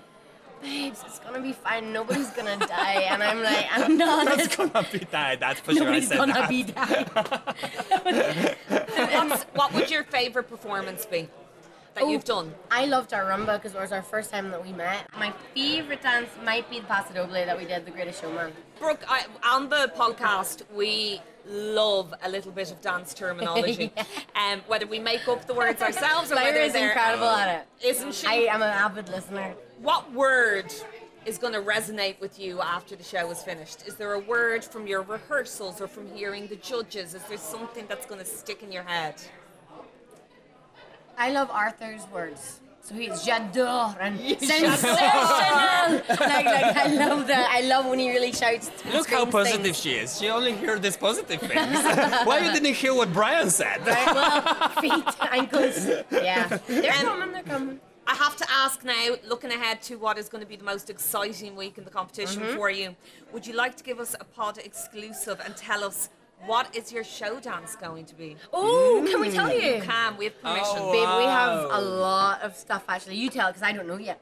Babes, it's gonna be fine. Nobody's <laughs> gonna die, and I'm like, I'm <laughs> not. It's gonna be that. That's for sure. I Nobody's said gonna that. be <laughs> dying. What's, what would your favorite performance be? <laughs> that you've done? oh, I loved our rumba because it was our first time that we met. My favorite dance might be the Paso Doble that we did, the Greatest Showman. Brooke, I, on the podcast, we love a little bit of <laughs> dance terminology. um, whether we make up the words ourselves or Lyra whether is they're- incredible at it. Isn't she? I am an avid listener. What word is going to resonate with you after the show is finished? Is there a word from your rehearsals or from hearing the judges? Is there something that's going to stick in your head? I love Arthur's words. So he's j'adore and <laughs> J'adore. sensational. <laughs> like, like I love that. I love when he really shouts. Look how screams positive things. she is. She only heard these positive things. <laughs> Why you didn't hear what Brian said? Right, well, feet, ankles. Yeah. They're coming, they're coming. I have to ask now, looking ahead to what is going to be the most exciting week in the competition Mhm. for you, would you like to give us a pod exclusive and tell us what is your show dance going to be? Oh, can we tell you? You can, we have permission. Babe, we have a lot of stuff actually. You tell, because I don't know yet.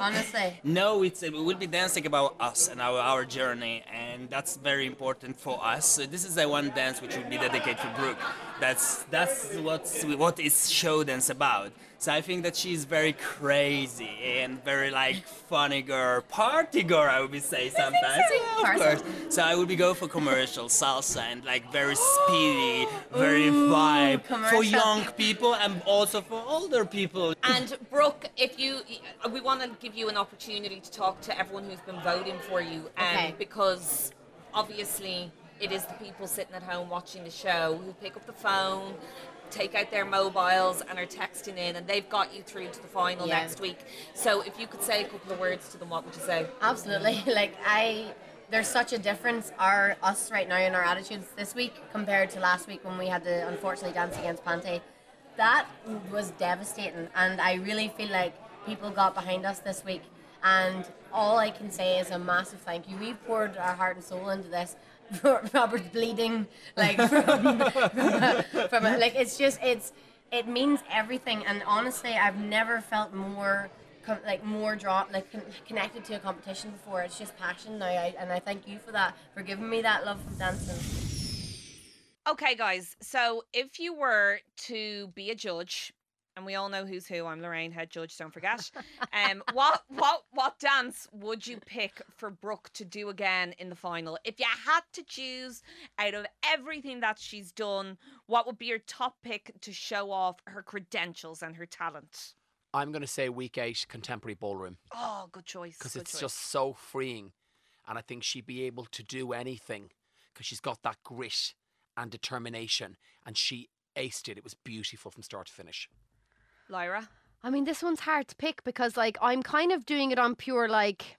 Honestly. <laughs> No, it's uh, we'll be dancing about us and our, our journey, and that's very important for us. So this is the one dance which will be dedicated to Brooke. That's that's what's, what is show dance about. So I think that she's very crazy and very like funny girl, party girl. I would be say sometimes. so. Yeah, <laughs> of course. So I would be go for commercial salsa and like very speedy, very vibe for commercial. young people and also for older people. And Brooke, if you, we want to give you an opportunity to talk to everyone who's been voting for you, um, Okay. because obviously it is the people sitting at home watching the show who pick up the phone, take out their mobiles, and are texting in, and they've got you through to the final Yeah. next week. So if you could say a couple of words to them, what would you say? Absolutely. <laughs> Like I there's such a difference our us right now in our attitudes this week compared to last week when we had to unfortunately dance against Pante. That was devastating and I really feel like people got behind us this week and all I can say is a massive thank you. We poured our heart and soul into this. <laughs> Robert's bleeding like from, from, <laughs> from it. like it's just it's it means everything and honestly I've never felt more com- like more draw like con- connected to a competition before it's just passion now I, and I thank you for that for giving me that love from dancing Okay, guys. So if you were to be a judge, and we all know who's who, I'm Lorraine, head judge. Don't forget. <laughs> um, what what what dance would you pick for Brooke to do again in the final? If you had to choose out of everything that she's done, what would be your top pick to show off her credentials and her talent? I'm going to say week eight contemporary ballroom. Oh, good choice. because good it's choice. just so freeing. And I think she'd be able to do anything because she's got that grit and determination. And she aced it. It was beautiful from start to finish. <laughs> Lyra. I mean, this one's hard to pick because, like, I'm kind of doing it on pure, like,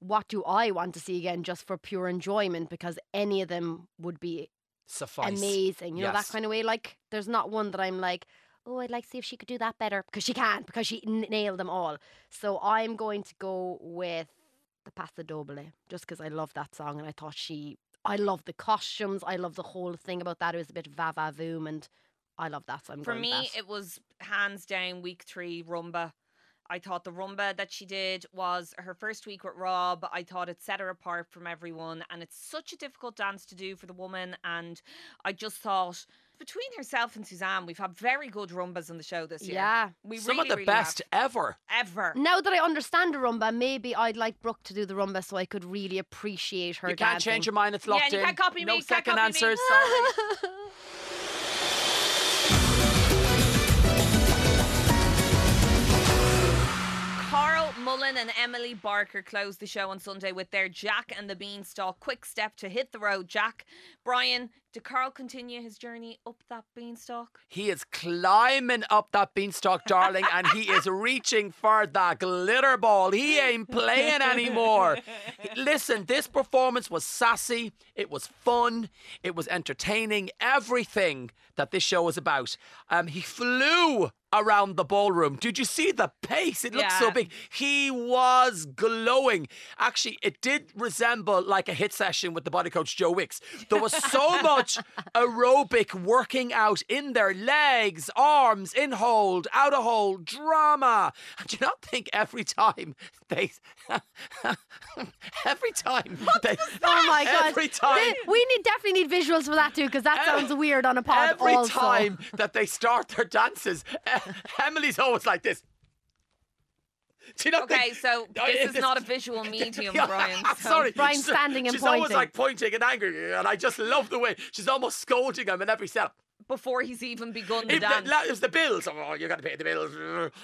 what do I want to see again just for pure enjoyment because any of them would be Suffice. amazing. You know, that Yes. kind of way. Like, there's not one that I'm like, oh, I'd like to see if she could do that better because she can, because she n- nailed them all. So I'm going to go with the Pasta Doble just because I love that song and I thought she, I love the costumes. I love the whole thing about that. It was a bit va va voom and I love that. So I'm For going with me, that. it was hands down week three rumba. I thought the rumba that she did was her first week with Rob. I thought it set her apart from everyone, and it's such a difficult dance to do for the woman. And I just thought between herself and Suzanne, we've had very good rumbas on the show this year. Yeah. we Some really, of the really have. best ever. er ever. Now that I understand the rumba, maybe I'd like Brooke to do the rumba so I could really appreciate her. You can't dancing. change your mind, it's Yeah, locked you in. can't copy No me, you can't second copy me. <laughs> answers, Carl Mullen and Emily Barker closed the show on Sunday with their Jack and the Beanstalk quick step to hit the road, Jack. Brian, did Carl continue his journey up that beanstalk? He is climbing up that beanstalk, darling, and he is reaching for that glitter ball. He ain't playing anymore. Listen, this performance was sassy, it was fun, it was entertaining, everything that this show is about. Um, he flew around the ballroom. Did you see the pace? It looked so Yeah. big. He was glowing. Actually, it did resemble like a hit session with the body coach Joe Wicks. There was so much aerobic working out in their legs, arms, in hold, out of hold, drama. And do you not think every time they, <laughs> every time they, <laughs> Oh my god! every time. Th- we need definitely need visuals for that too, because that sounds weird on a pod. Every also. time that they start their dances, E- Emily's always like this. Do you not <laughs> Okay, think- so Oh, this it- is not a <laughs> visual medium, Brian. I'm so- sorry. She's- She's always like pointing and angry, and I just love the way she's almost scolding him in every setup. before he's even begun the If the- dance. la- it's the bills. Oh, you got to pay the bills.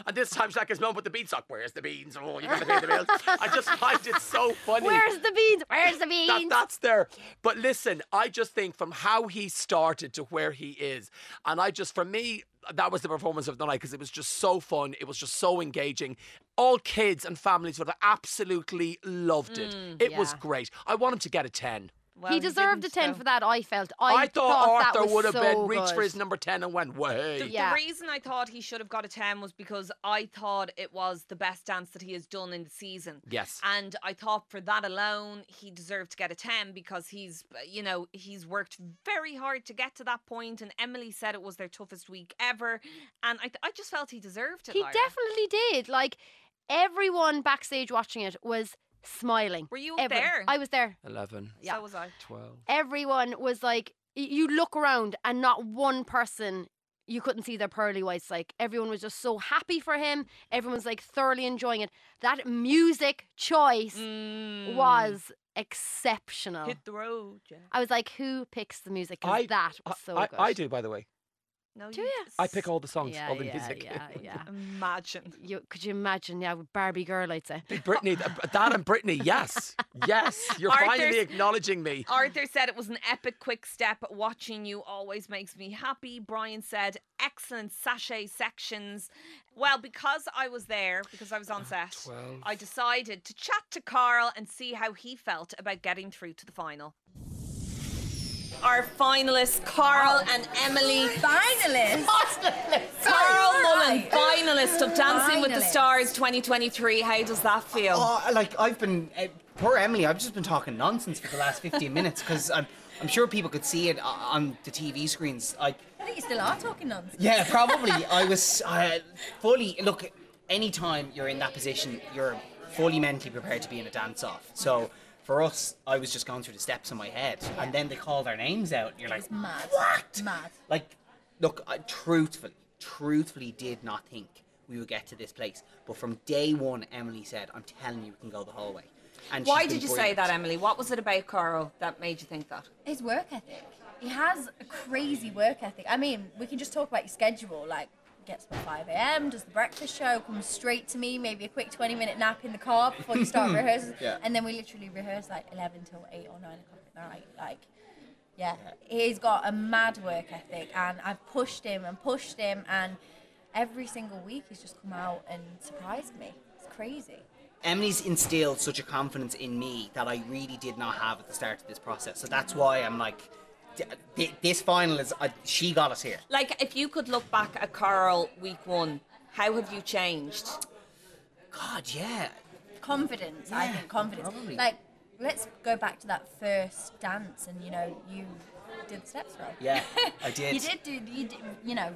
And this time she's like his mum with the beanstalk. Where's the beans? Oh, you got to pay the bills. I <laughs> just find it so funny. Where's the beans? Where's the beans? That, that's there. But listen, I just think from how he started to where he is, and I just, for me, that was the performance of the night because it was just so fun. It was just so engaging. All kids and families would have absolutely loved it. Mm, it was yeah. great. I want him to get a 10. he deserved a ten for that. I felt. I, I thought, that Arthur was would have so been reached for good. his number 10 and went, way. The, the reason I thought he should have got a 10 was because I thought it was the best dance that he has done in the season. Yes. And I thought for that alone, he deserved to get a 10 because he's, uh, you know, he's worked very hard to get to that point, And Emily said it was their toughest week ever. And I, th- I just felt he deserved it. He Lyra. definitely did. Like everyone backstage watching it was smiling. Were you Everyone. there? I was there. 11. Yeah. So was I. 12. Everyone was like, y- you look around and not one person. You couldn't see their pearly whites. Like everyone was just so happy for him. Everyone's like thoroughly enjoying it. That music choice Mm. was exceptional. Hit the road, yeah. I was like, who picks the music? 'Cause that was so I, good. I do, by the way. No, Do you ya? I pick all the songs, Yeah, all the yeah, music. <laughs> yeah, <laughs> yeah. Imagine. You, could you imagine? Yeah, with Barbie girl, I'd say. Brittany, that and Brittany, yes. Yes. You're finally Arthur's- Oh, acknowledging me. Arthur said it was an epic quick step. Watching you always makes me happy. Brian said, excellent sachet sections. Well, because I was there, because I was on set, twelve. I decided to chat to Carl and see how he felt about getting through to the final. Our finalists, Carl and Emily. Finalists? Carl Sorry, Mullen, right. finalist of Dancing with the Finalist. Stars 2023. How does that feel? Oh, like I've been uh, poor Emily. I've just been talking nonsense for the last fifteen minutes because I'm I'm sure people could see it o- on the TV screens. I I think you still are talking nonsense. yeah, probably I was uh, fully look. Anytime you're in that position, you're fully mentally prepared to be in a dance off. So. For us, I was just going through the steps in my head, and then they called our names out. and You're like, It's mad. What? <laughs> Mad. like, look, I truthfully, truthfully did not think we would get to this place. But from day one, Emily said, "I'm telling you, we can go the whole way." And she's Why been did you say brilliant. that, Emily? What was it about Carl that made you think that? His work ethic. He has a crazy work ethic. I mean, we can just talk about your schedule. Like, gets up at 5 a.m., does the breakfast show, comes straight to me, maybe a quick 20 minute nap in the car before you start rehearsals. Yeah. And then we literally rehearse like 11 till 8 or 9 o'clock at night. Like, yeah. He's got a mad work ethic, and I've pushed him and pushed him, and every single week he's just come out and surprised me. It's crazy. Emily's instilled such a confidence in me that I really did not have at the start of this process. So that's why I'm like, d- th- this final is uh, she got us here. Like, if you could look back at Carl week one, how have you changed? God, yeah. confidence. I Yeah, think confidence. probably. Like, let's go back to that first dance, and you know, you did the steps wrong. Yeah, <laughs> I did. you did do. You did, You know,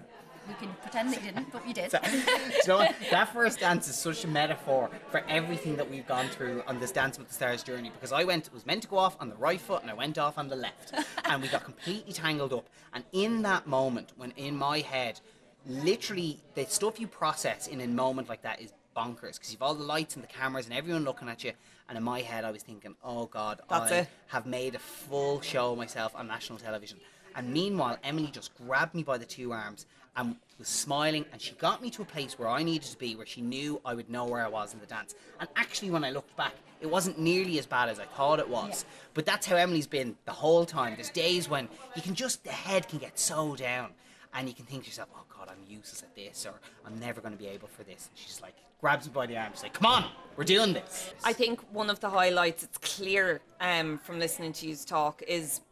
we can pretend that you didn't, but you <laughs> did. So, do you know what? <laughs> That first dance is such a metaphor for everything that we've gone through on this Dance with the Stars journey because I went was meant to go off on the right foot and I went off on the left. and we got completely tangled up. And in that moment, when in my head, literally the stuff you process in a moment like that is bonkers because you've all the lights and the cameras and everyone looking at you. And in my head, I was thinking, oh God, That's I it. have made a full show of myself on national television. And meanwhile, Emily just grabbed me by the two arms and was smiling, and she got me to a place where I needed to be, where she knew I would know where I was in the dance. And actually, when I looked back, it wasn't nearly as bad as I thought it was. But that's how Emily's been the whole time. There's days when you can just, the head can get so down, and you can think to yourself, oh God, I'm useless at this, or I'm never going to be able for this. And she's like, grabs me by the arm, she's like, come on, we're doing this. I think one of the highlights, it's clear um, from listening to you talk, is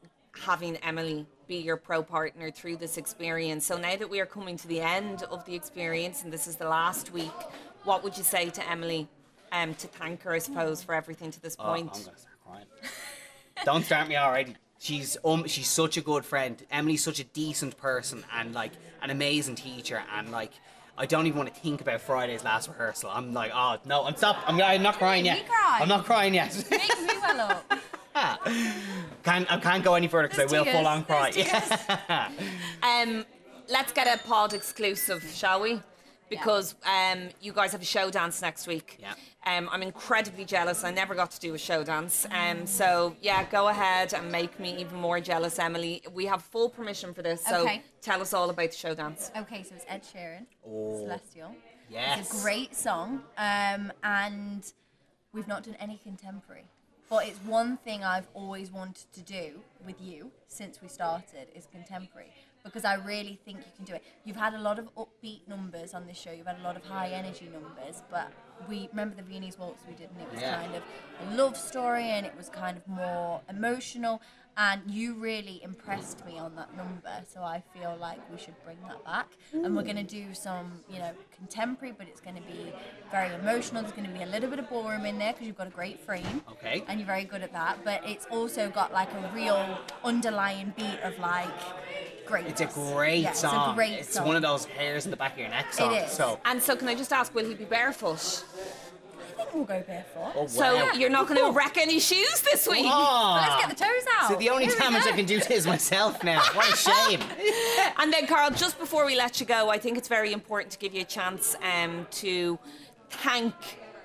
having Emily be your pro partner through this experience. So now that we are coming to the end of the experience and this is the last week, what would you say to Emily um, to thank her, I suppose, for everything to this Oh, I'm point? gonna start crying. Don't start me already. She's um, she's such a good friend. Emily's such a decent person and like an amazing teacher. And like, I don't even want to think about Friday's last rehearsal. I'm like, oh no, I'm stop. I'm, I'm not crying Make yet. me cry. I'm not crying yet. Make me well up. can't I can't go any further because I will tears. full on cry. <laughs> Um, let's get a pod exclusive, shall we? Because um, you guys have a show dance next week. Yeah. Um, I'm incredibly jealous. I never got to do a show dance. Um, so yeah, go ahead and make me even more jealous, Emily. We have full permission for this. So Okay. tell us all about the show dance. Okay, so it's Ed Sheeran, Oh. Celestial. It's Yes. a great song, um, and we've not done any contemporary. But it's one thing I've always wanted to do with you since we started is contemporary because I really think you can do it. You've had a lot of upbeat numbers on this show. You've had a lot of high energy numbers, but we remember the Viennese waltz we did, and it was Yeah. kind of a love story, and it was kind of more emotional. And you really impressed me on that number, so I feel like we should bring that back. And we're Ooh. going to do some, you know, contemporary, but it's going to be very emotional. There's going to be a little bit of ballroom in there because you've got a great frame. Okay. And you're very good at that, but it's also got like a real underlying beat of like great. It's a great yeah, song. It's a great song. one of those hairs in the back of your neck songs. is. So And so, can I just ask, will he be barefoot? I think we'll go barefoot. Oh, So wow. you're not going to wreck any shoes this week. Ah. Well, let's get the toes out. So the only damage I can do to is myself now. <laughs> What a shame. and then, Carl, just before we let you go, I think it's very important to give you a chance um, to thank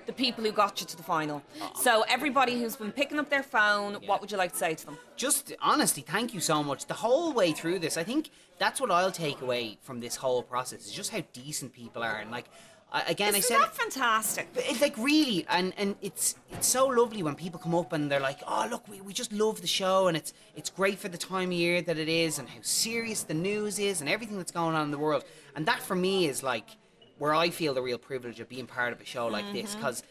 the people who got you to the final. So, everybody who's been picking up their phone, what would you like to say to them? Just honestly, thank you so much. The whole way through this, I think that's what I'll take away from this whole process is just how decent people are. And like, I, again, I Isn't said that fantastic? It's like really, and and it's it's so lovely when people come up and they're like, oh look, we, we just love the show, and it's it's great for the time of year that it is, and how serious the news is, and everything that's going on in the world. And that for me is like where I feel the real privilege of being part of a show like this, Mm-hmm. Mhm. because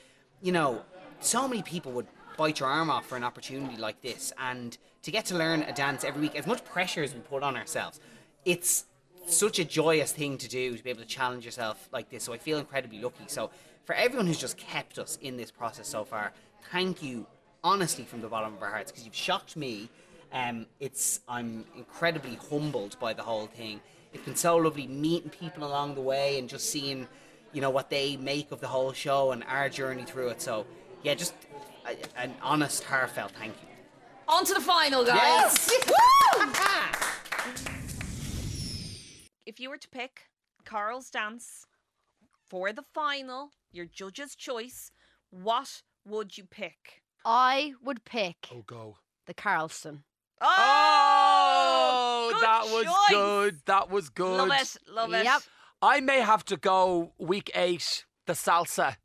you know, so many people would bite your arm off for an opportunity like this, and to get to learn a dance every week, as much pressure as we put on ourselves, it's such a joyous thing to do to be able to challenge yourself like this. So I feel incredibly lucky. So for everyone who's just kept us in this process so far, thank you honestly from the bottom of our hearts because you've shocked me. Um, it's I'm incredibly humbled by the whole thing. It's been so lovely meeting people along the way and just seeing, you know, what they make of the whole show and our journey through it. So yeah, just a, an honest, heartfelt thank you. On to the final, guys. Yes. <laughs> if you were to pick Carl's dance for the final, your judge's choice, what would you pick? I would pick Oh, go. the Carlston. Oh, good that was choice. good. That was good. Love it, love it. Yep. I may have to go week eight, the salsa.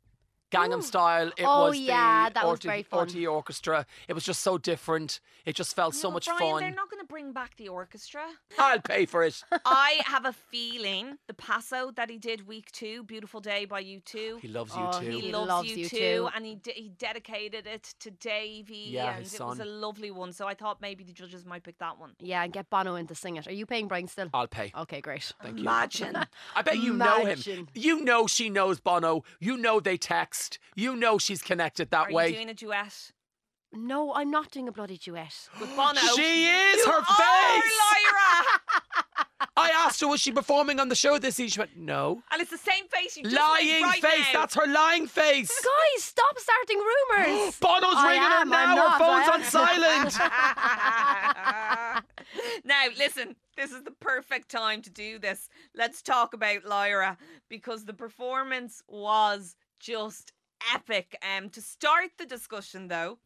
Gangnam Style. It Oh, was yeah, the that was RT very fun. RT Orchestra. It was just so different. It just felt so much Brian, they're fun. not going to bring back the orchestra. I'll pay for it. I have a feeling the passo that he did week two, "Beautiful Day" by U two. He loves Oh, U two. He, He loves, loves U U two, two. and he de- he dedicated it to Davey. Yeah, and his it was a son. lovely one. So I thought maybe the judges might pick that one. Yeah, and get Bono in to sing it. Are you paying Brian still? I'll pay. Okay, great. Thank you. <laughs> I bet you know him. Imagine. You know she knows Bono. You know they text. You know she's connected that Are way. you doing a duet? No, I'm not doing a bloody duet. <gasps> With Bono. She is oh. You her are, face. Lyra. I asked her, was she performing on the show this evening? She went, no. and it's the same face you just made lying right face. now. That's her lying face. Guys, stop starting <gasps> rumours. Bono's I ringing her am, I'm now. not, her phone's I on am. <laughs> silent. <laughs> now, listen, this is the perfect time to do this. Let's talk about Lyra because the performance was just epic. Um, to start the discussion, though,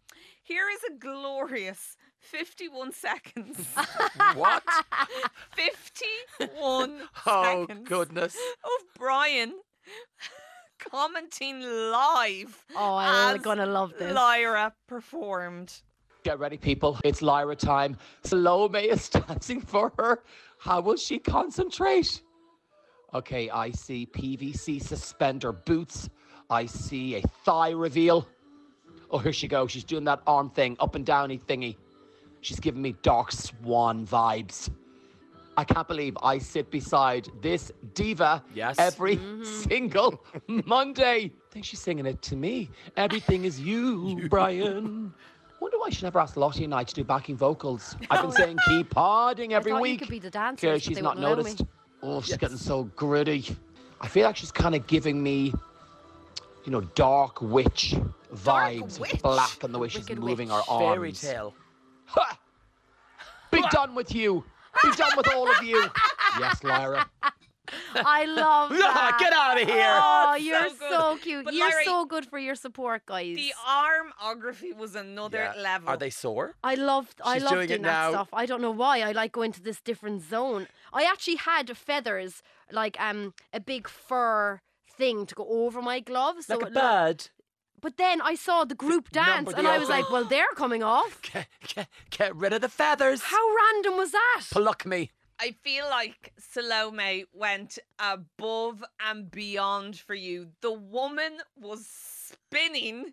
here is a glorious 51 seconds. <laughs> what? 51 Oh, goodness. of Brian commenting live. Oh, I'm as gonna love this. Lyra performed. Get ready, people. It's Lyra time. Salome is <laughs> dancing for her. How will she concentrate? Okay, I see PVC suspender boots. I see a thigh reveal. Oh, here she goes. She's doing that arm thing, up and downy thingy. She's giving me dark swan vibes. I can't believe I sit beside this diva Yes. every single <laughs> Monday. I think she's singing it to me. Everything is you, Brian. Wonder why she never asked Lottie and I to do <laughs> backing vocals. I've been No. saying keep podding every Oh, I thought You week. could be the Yeah, dancer. she's not noticed. Oh, she's getting so gritty. I feel like she's kind of giving me, you know, dark witch vibes, with black, and the way she's moving her arms. Fairy tale. <laughs> Be done with you. Be done with all of you. Yes, Lyra. <laughs> I <laughs> love Yeah, that. get outta here. Oh, That's so you're so, good. cute. But you're Larry- so good for your support, guys. The armography was another Yeah. level. Are they sore? I loved I She's loved doing it doing that now. stuff. I don't know why. I like going to this different zone. I actually had feathers, like um a big fur thing to go over my glove. So Like a it looked- bird. But then I saw the group dance the and I was opening. like, <gasps> well, they're coming off. Get rid of the feathers. How random was that? Pluck me. I feel like Salome went above and beyond for you. The woman was spinning,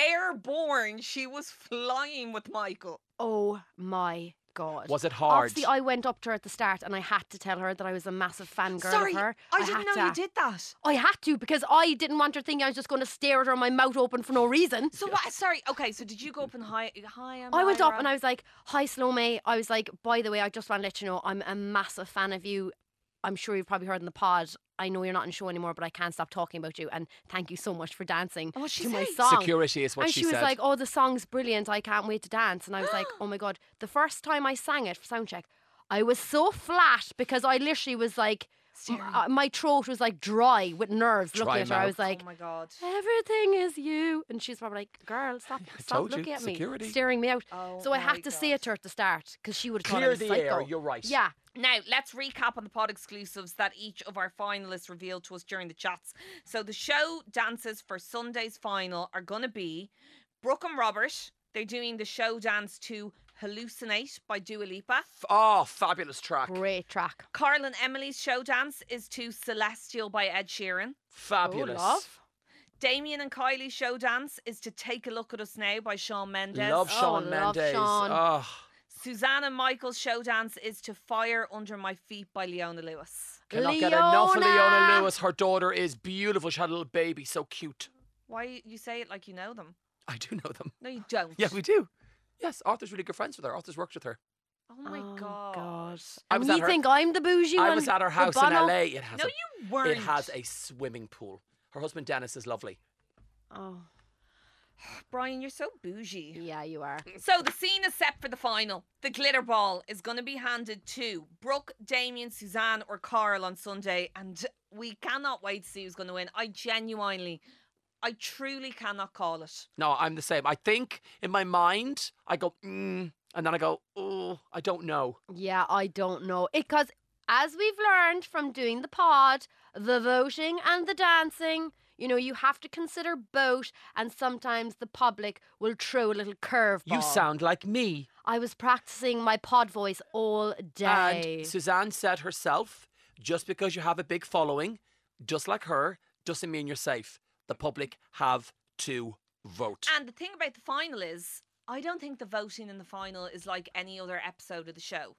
airborne. She was flying with Michael. Oh my god. Was it hard? Obviously, I went up to her at the start and I had to tell her that I was a massive fangirl Sorry, of her. I didn't had know you to- did that. I had to because I didn't want her thinking I was just going to stare at her, my mouth open for no reason. So what? Sorry. Okay. So did you go up and hi? Hi. I'm I went up Lyra. and I was like, "Hi, Salome." I was like, "By the way, I just want to let you know I'm a massive fan of you. I'm sure you've probably heard in the pod. I know you're not in show anymore, but I can't stop talking about you. And thank you so much for dancing Oh, to my say? song. Security is what and she she, was said. like, "Oh, the song's brilliant. I can't wait to dance." And I was <gasps> like, "Oh my god!" The first time I sang it for soundcheck, I was so flat because I literally was like. m- uh, My throat was like dry with nerves Dry looking at her. I was mouth. like, Oh my god. Everything is you. And she's probably like, Girl, stop, stop told you, looking at me. security. Staring me out. so I my had to say it to her at the start because she would have Oh Clear thought I was the air, psycho. you're right. Yeah. Now, let's recap on the pod exclusives that each of our finalists revealed to us during the chats. So, the show dances for Sunday's final are going to be Brooke and Robert. They're doing the show dance to Hallucinate by Dua Lipa. Oh, fabulous track. Great track. Carl and Emily's show dance is to Celestial by Ed Sheeran. Fabulous. Oh, love. Damien and Kylie's show dance is to Take a Look at Us Now by Sean Mendes. Love Sean Mendes. Oh, Suzanne and Michael's show dance is to Fire Under My Feet by Leona Lewis. cannot get enough of Leona Lewis. Her daughter is beautiful. She had a little baby, so cute. Why you say it like you know them? I do know them. No, you don't. Yeah, we do. Yes, Arthur's really good friends with her. Arthur's worked with her. Oh my god. I And was we at her- think I'm the bougie I one was at her with house in Bono. LA. It has No, a, you It weren't. has a swimming pool. Her husband Dennis is lovely. Oh. <sighs> Brian, you're so bougie. Yeah, you are. So the scene is set for the final. The glitter ball is going to be handed to Brooke, Damien, Suzanne, or Carl on Sunday, and we cannot wait to see who's going to win. I genuinely, I truly cannot call it. No, I'm the same. I think in my mind, I go, mm, and then I go, oh, I don't know. Yeah, I don't know. Because as we've learned from doing the pod, the voting and the dancing, you know, you have to consider both, and sometimes the public will throw a little curveball. You sound like me. I was practicing my pod voice all day. And Suzanne said herself, just because you have a big following, just like her, doesn't mean you're safe. The public have to vote. And the thing about the final is, I don't think the voting in the final is like any other episode of the show.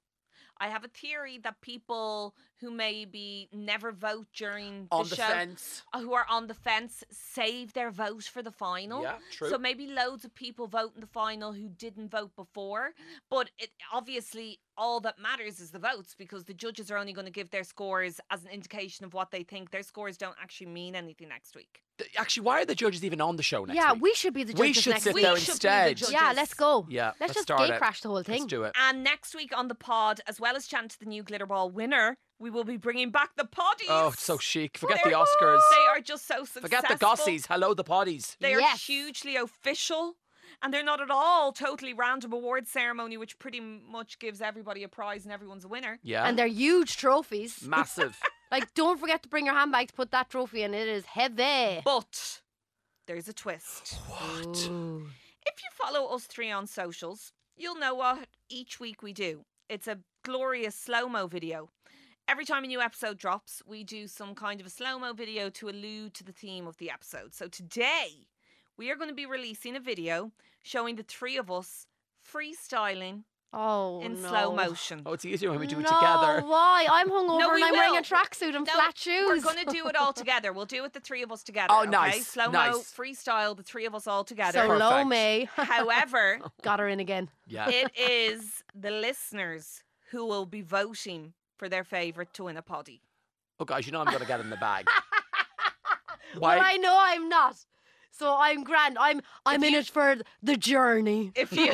I have a theory that people who maybe never vote during On the, the show, fence. uh, who are on the fence, save their vote for the final. Yeah, true. So maybe loads of people vote in the final who didn't vote before. But it, obviously, all that matters is the votes because the judges are only going to give their scores as an indication of what they think. Their scores don't actually mean anything next week. Th- Actually, why are the judges even on the show next yeah, week? we should be the judges we should next sit week. there instead. Yeah, let's go. Yeah, let's, let's just start gate it. crash the whole thing. Let's do it. And next week on the pod, as well as chant to the new glitter ball winner, we will be bringing back the poddies. Oh, it's so chic. Forget the They're- Oscars. They are just so successful. Forget the gossies. Hello, the potties. They are hugely official. And they're not at all totally random award ceremony, which pretty much gives everybody a prize and everyone's a winner. Yeah. And they're huge trophies. <laughs> Massive. like, don't forget to bring your handbag to put that trophy in. It is heavy. But there's a twist. What? If you follow us three on socials, you'll know what each week we do. It's a glorious slow mo video. Every time a new episode drops, we do some kind of a slow mo video to allude to the theme of the episode. So today, we are going to be releasing a video showing the three of us freestyling Oh, in no. slow motion. Oh, it's easier when we do it No, together. why? I'm hungover <laughs> No, we and I'm wearing will. a tracksuit and flat shoes. We're going to do it all together. We'll do it the three of us together. Oh, okay? nice, Slow mo, nice. freestyle, the three of us all together. So low, May. However, got her in again. it is the listeners who will be voting for their favourite to win a potty. Oh, guys, you know I'm going to get in <laughs> the bag. Well, I know I'm not. So I'm grand. I'm I'm in it for the journey. <laughs> If you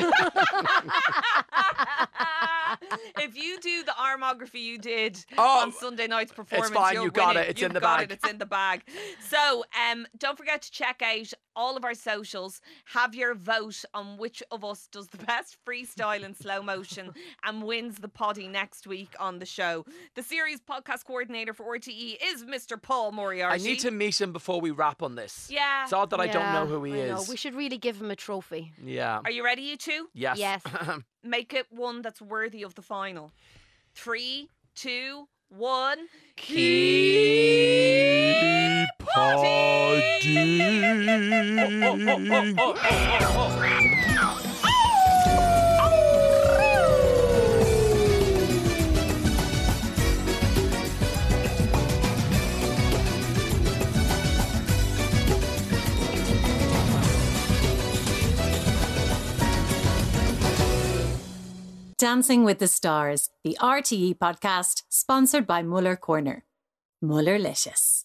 if you do the armography you did Oh, on Sunday night's performance, fine, you're you got winning. it, it's You've in the got bag. It, it's in the bag. So, um, don't forget to check out all of our socials. Have your vote on which of us does the <laughs> best freestyle in slow motion and wins the potty next week on the show. The series podcast coordinator for RTE is Mr. Paul I Moriarty. need to meet him before we wrap on this. Yeah. It's odd that I don't know Yeah, who he I know. is. We should really give him a trophy. Yeah. Are you ready, you two? Yes. <laughs> Yes. Make it one that's worthy of the final. Three, two, one. Keep <laughs> Dancing with the E Stars, the RTE podcast, sponsored by Muller Corner. Mullerlicious.